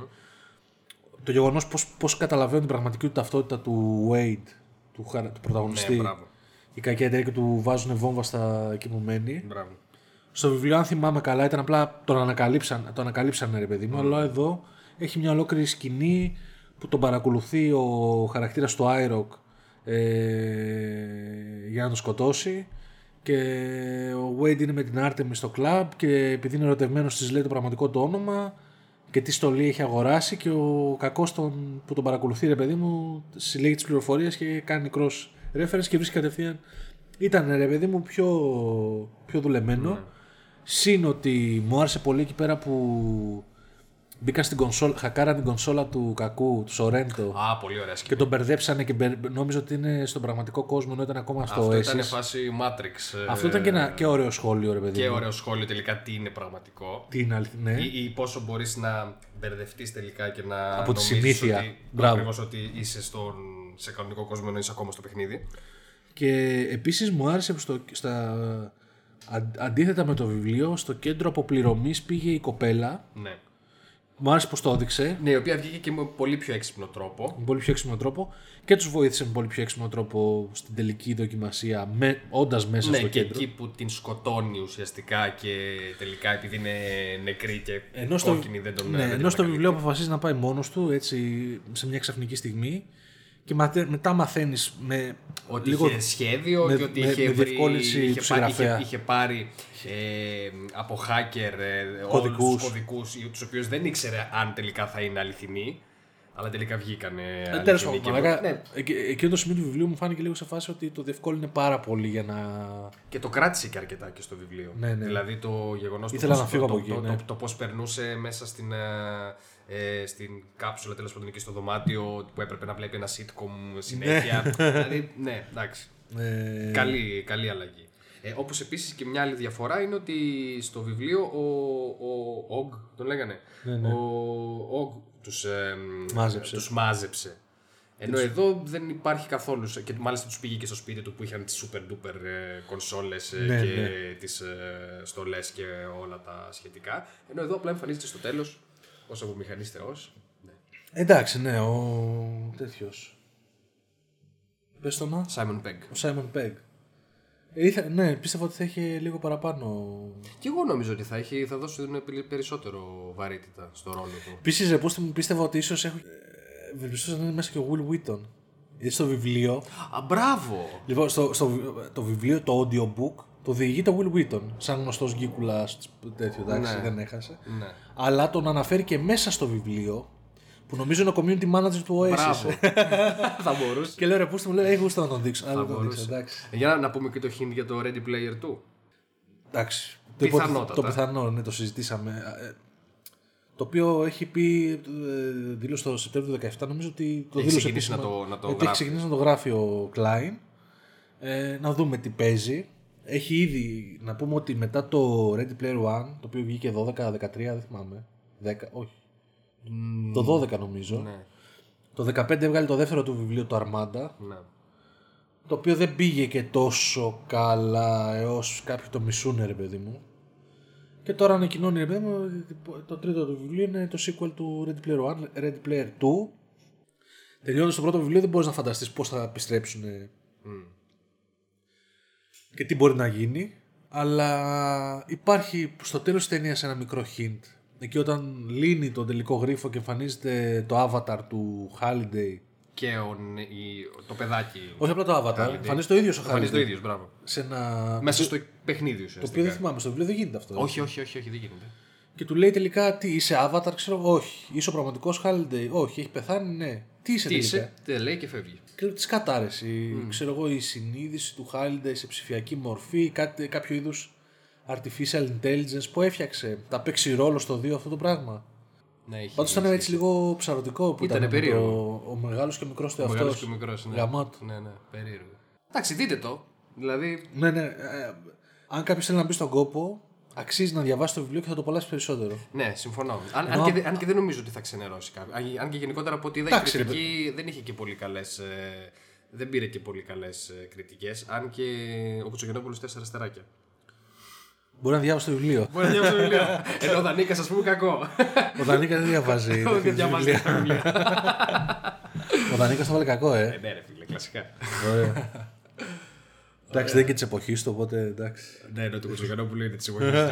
[SPEAKER 2] Το γεγονός πώς καταλαβαίνουν την πραγματική του ταυτότητα του Wade, του, χαρα- του πρωταγωνιστή.
[SPEAKER 1] Ναι, μπράβο.
[SPEAKER 2] η κακιά εταιρεία και του βάζουν βόμβα στα εκεί που μένει.
[SPEAKER 1] Μπράβο.
[SPEAKER 2] Στο βιβλίο, αν θυμάμαι καλά, ήταν απλά τον ανακαλύψαν, τον ανακαλύψανε ρε παιδί μου, αλλά εδώ έχει μια ολόκληρη σκηνή που τον παρακολουθεί ο χαρακτήρας του Άιροκ ε, για να τον σκοτώσει και ο Wade είναι με την Artemis στο κλαμπ και επειδή είναι ερωτευμένος της λέει το πραγματικό του όνομα και τι στολή έχει αγοράσει και ο κακός τον, που τον παρακολουθεί ρε παιδί μου συλλέγει τις πληροφορίες και κάνει cross reference και βρίσκει κατευθείαν ήταν ρε παιδί μου πιο, πιο δουλεμένο
[SPEAKER 1] Ναι.
[SPEAKER 2] Συν ότι μου άρεσε πολύ εκεί πέρα που μπήκαν στην κονσόλα, χακάραν την κονσόλα του κακού, του Σορέντο
[SPEAKER 1] Α, πολύ ωραία σκηνή.
[SPEAKER 2] και τον μπερδέψανε και μπερ- νόμιζε ότι είναι στον πραγματικό κόσμο ενώ ήταν ακόμα στο
[SPEAKER 1] Αυτό
[SPEAKER 2] Aces.
[SPEAKER 1] ήταν φάση Matrix. ε,
[SPEAKER 2] Αυτό ήταν και, ένα, και ωραίο σχόλιο ρε παιδί
[SPEAKER 1] και
[SPEAKER 2] μου.
[SPEAKER 1] ωραίο σχόλιο τελικά τι είναι πραγματικό.
[SPEAKER 2] Τι είναι αληθι- ναι.
[SPEAKER 1] ή, ή πόσο μπορείς να μπερδευτείς τελικά και να.
[SPEAKER 2] Από τη
[SPEAKER 1] νομίζεις
[SPEAKER 2] συνήθεια.
[SPEAKER 1] Ότι,
[SPEAKER 2] Μπράβο.
[SPEAKER 1] ακριβώς ότι είσαι στον, σε κανονικό κόσμο ενώ είσαι ακόμα στο παιχνίδι.
[SPEAKER 2] Και επίσης μου άρεσε που στο, στα, αν- αντίθετα με το βιβλίο στο κέντρο αποπληρωμής πήγε η κοπέλα
[SPEAKER 1] Ναι.
[SPEAKER 2] μου άρεσε πως το έδειξε
[SPEAKER 1] Ναι, η οποία βγήκε και με πολύ πιο έξυπνο τρόπο.
[SPEAKER 2] με πολύ πιο έξυπνο τρόπο και τους βοήθησε με πολύ πιο έξυπνο τρόπο στην τελική δοκιμασία με, όντας μέσα
[SPEAKER 1] Ναι,
[SPEAKER 2] στο
[SPEAKER 1] και
[SPEAKER 2] κέντρο.
[SPEAKER 1] εκεί που την σκοτώνει ουσιαστικά και τελικά επειδή είναι νεκρή και
[SPEAKER 2] Ενώ στο,
[SPEAKER 1] κόκκινη δεν τον
[SPEAKER 2] ναι,
[SPEAKER 1] δεν την
[SPEAKER 2] ενώ στο
[SPEAKER 1] ανακαλύπτει.
[SPEAKER 2] βιβλίο αποφασίζει να πάει μόνος του έτσι, σε μια ξαφνική στιγμή και ματε- μετά μαθαίνεις με
[SPEAKER 1] Ότι
[SPEAKER 2] λίγο
[SPEAKER 1] είχε σχέδιο
[SPEAKER 2] με-
[SPEAKER 1] και ότι
[SPEAKER 2] με-
[SPEAKER 1] είχε,
[SPEAKER 2] με
[SPEAKER 1] βρει-
[SPEAKER 2] διευκόλυνση
[SPEAKER 1] είχε,
[SPEAKER 2] του
[SPEAKER 1] πά- είχε,
[SPEAKER 2] συγγραφέα.
[SPEAKER 1] είχε πάρει ε, από hacker ε,
[SPEAKER 2] Κωδικούς.
[SPEAKER 1] όλους τους κωδικούς ή- τους οποίους δεν ήξερε αν τελικά θα είναι αληθινοί αλλά τελικά βγήκαν ε,
[SPEAKER 2] Ε,
[SPEAKER 1] αληθινοί.
[SPEAKER 2] τέλος πάντων,
[SPEAKER 1] και-
[SPEAKER 2] μαλάκα,
[SPEAKER 1] ναι.
[SPEAKER 2] εκ- εκείνο το σημείο του βιβλίου μου φάνηκε λίγο σε φάση ότι το διευκόλυνε πάρα πολύ για να...
[SPEAKER 1] Και το κράτησε και αρκετά και στο βιβλίο.
[SPEAKER 2] Ναι, ναι.
[SPEAKER 1] Δηλαδή το γεγονός
[SPEAKER 2] Ήθελα να φύγω από εκεί,
[SPEAKER 1] Το,
[SPEAKER 2] ναι.
[SPEAKER 1] το, το πώς περνούσε μέσα στην, ε, ε, στην κάψουλα τέλος πάντων εκεί στο δωμάτιο που έπρεπε να βλέπει ένα sitcom συνέχεια. δηλαδή, ναι, εντάξει.
[SPEAKER 2] Ε,
[SPEAKER 1] Καλή, καλή αλλαγή. Ε, Όπως επίσης και μια άλλη διαφορά είναι ότι στο βιβλίο ο, ο Ογκ, τον λέγανε. Ο Ογκ του
[SPEAKER 2] Ναι, Μάζεψε.
[SPEAKER 1] τους μάζεψε. Ενώ εδώ δεν υπάρχει καθόλου. σε- Και μάλιστα τους πήγε και στο σπίτι του που είχαν τις super duper κονσόλε
[SPEAKER 2] Ναι,
[SPEAKER 1] και
[SPEAKER 2] ναι.
[SPEAKER 1] τις ε, στολές και όλα τα σχετικά. Ενώ εδώ απλά εμφανίζεται στο τέλος ως απομηχανής θεός.
[SPEAKER 2] Εντάξει, ναι, ο τέτοιος. Πες το να.
[SPEAKER 1] Simon Pegg.
[SPEAKER 2] Ο Σάιμον Πέγκ. ναι, πίστευα ότι θα είχε λίγο παραπάνω.
[SPEAKER 1] Και εγώ νομίζω ότι θα, έχει, θα δώσουν πε- περισσότερο βαρύτητα στο ρόλο του.
[SPEAKER 2] Επίση, ρε, πώς το- πίστευα ότι ίσως έχω. ε, Ευελπιστούσα να είναι μέσα και ο Will Wheaton. Γιατί στο βιβλίο.
[SPEAKER 1] Α, μπράβο!
[SPEAKER 2] Λοιπόν, στο, στο, βι- το βιβλίο, το audiobook, το διηγεί το Will Wheaton. Σαν γνωστός γκίκουλα τέτοιο, εντάξει,
[SPEAKER 1] Ναι.
[SPEAKER 2] δεν έχασε.
[SPEAKER 1] Ναι.
[SPEAKER 2] Αλλά τον αναφέρει και μέσα στο βιβλίο, που νομίζω είναι ο community manager του Oasis.
[SPEAKER 1] Μπράβο. θα μπορούσε.
[SPEAKER 2] Και λέω ρε, πού μου λέει, εγώ να τον δείξω. Αλλά
[SPEAKER 1] θα
[SPEAKER 2] δεν τον δείξω,
[SPEAKER 1] μπορούσε. Ε,
[SPEAKER 2] εντάξει.
[SPEAKER 1] Για να, να πούμε και το hint για το Ready Player 2.
[SPEAKER 2] Εντάξει.
[SPEAKER 1] Πιθανότατα.
[SPEAKER 2] Το, το πιθανό, ναι, το συζητήσαμε. Ε, Το οποίο έχει πει, ε, δήλωσε το Σεπτέμβριο του 2017, νομίζω ότι το
[SPEAKER 1] Έχει
[SPEAKER 2] δήλωσε
[SPEAKER 1] ξεκινήσει
[SPEAKER 2] επίσημα.
[SPEAKER 1] να το- να το
[SPEAKER 2] Ότι
[SPEAKER 1] γράφει.
[SPEAKER 2] Έχει ξεκινήσει να το γράφει ο Κλάιν. Ε, να δούμε τι παίζει. Έχει ήδη, να πούμε ότι μετά το Ready Player One, το οποίο βγήκε 12, 13, δεν θυμάμαι. 10, όχι. Το 12 νομίζω.
[SPEAKER 1] Ναι.
[SPEAKER 2] Το 15 έβγαλε το δεύτερο του βιβλίο, το Armada.
[SPEAKER 1] ναι.
[SPEAKER 2] Το οποίο δεν πήγε και τόσο καλά έως κάποιοι το μισούνε ρε παιδί μου. Και τώρα ανακοινώνει ρε παιδί μου ότι το τρίτο του βιβλίου είναι το sequel του Ready Player One, Ready Player 2. Τελειώνει το πρώτο βιβλίο δεν μπορείς να φανταστείς πώς θα επιστρέψουν και τι μπορεί να γίνει. Αλλά υπάρχει στο τέλος της ταινίας ένα μικρό hint. Εκεί όταν λύνει τον τελικό γρίφο και εμφανίζεται το avatar του Halliday.
[SPEAKER 1] Και ο, νε- η- το παιδάκι.
[SPEAKER 2] Όχι απλά το avatar, εμφανίζεται ο ίδιος ο
[SPEAKER 1] Εμφανίζει το
[SPEAKER 2] Halliday.
[SPEAKER 1] ίδιος, μπράβο.
[SPEAKER 2] Σε ένα...
[SPEAKER 1] Μέσα στο παιχνίδι
[SPEAKER 2] Το οποίο
[SPEAKER 1] ουσιαστικά.
[SPEAKER 2] δεν θυμάμαι στο βιβλίο, δεν γίνεται αυτό.
[SPEAKER 1] Όχι, όχι, όχι, όχι, δεν γίνεται.
[SPEAKER 2] Και του λέει τελικά τι, είσαι avatar, ξέρω εγώ. Όχι. Είσαι ο πραγματικός Χάλιντεϊ. Όχι, έχει πεθάνει, ναι. Τι είσαι
[SPEAKER 1] Τι
[SPEAKER 2] τελικά.
[SPEAKER 1] είσαι, τε λέει και φεύγει.
[SPEAKER 2] Και λέω, τι κατάρρεση. Ξέρω εγώ, η συνείδηση του Χάλιντεϊ σε ψηφιακή μορφή, κάτι, κάποιο είδους artificial intelligence που έφτιαξε. Θα παίξει ρόλο στο δύο αυτό το πράγμα.
[SPEAKER 1] Ναι, έχει
[SPEAKER 2] Πάντως ήταν έτσι λίγο ψαρωτικό που
[SPEAKER 1] Ήτανε
[SPEAKER 2] ήταν, με το-
[SPEAKER 1] περίεργο.
[SPEAKER 2] ο μεγάλος και μικρό του εαυτό.
[SPEAKER 1] Μεγάλο και μικρός. Ναι. Ναι, ναι, περίεργο. Εντάξει, δείτε το. Δηλαδή,
[SPEAKER 2] Ναι, ναι. ε, αν κάποιος θέλει να μπει στον κόπο, αξίζει να διαβάσει το βιβλίο και θα το απολαύσει περισσότερο.
[SPEAKER 1] ναι, συμφωνώ. Αν, αν, και, δε- αν και δεν νομίζω ότι θα ξενερώσει κάποιο. Αν, αν και γενικότερα από ό,τι είδα, η
[SPEAKER 2] Εντάξει, ρε
[SPEAKER 1] κριτική δεν είχε και πολύ καλές. δεν πήρε και πολύ καλές κριτικές. Αν και ο Κουτσογενόπουλο τέσσερα στεράκια.
[SPEAKER 2] Μπορεί να διάβασε το βιβλίο.
[SPEAKER 1] Μπορεί να διαβάσει το βιβλίο. Ενώ ο Δανίκας, ας πούμε, κακό.
[SPEAKER 2] Ο Δανίκας δεν διαβάζει.
[SPEAKER 1] Δεν διαβάζει τα βιβλία.
[SPEAKER 2] Ο Δανίκας το βάλε κακό,
[SPEAKER 1] Ε,
[SPEAKER 2] ε.
[SPEAKER 1] Ναι, ρε φίλε, κλασικά.
[SPEAKER 2] εντάξει, δεν είναι και της εποχής του, οπότε εντάξει.
[SPEAKER 1] Ναι, ενώ το Κουτσογενόπουλο είναι της εποχής.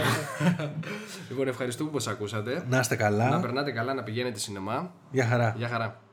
[SPEAKER 1] Λοιπόν, ευχαριστούμε που μας ακούσατε.
[SPEAKER 2] Να είστε
[SPEAKER 1] Να
[SPEAKER 2] καλά.
[SPEAKER 1] περνάτε καλά, να πηγαίνετε σινεμά.
[SPEAKER 2] Γεια χαρά.
[SPEAKER 1] Γεια χαρά.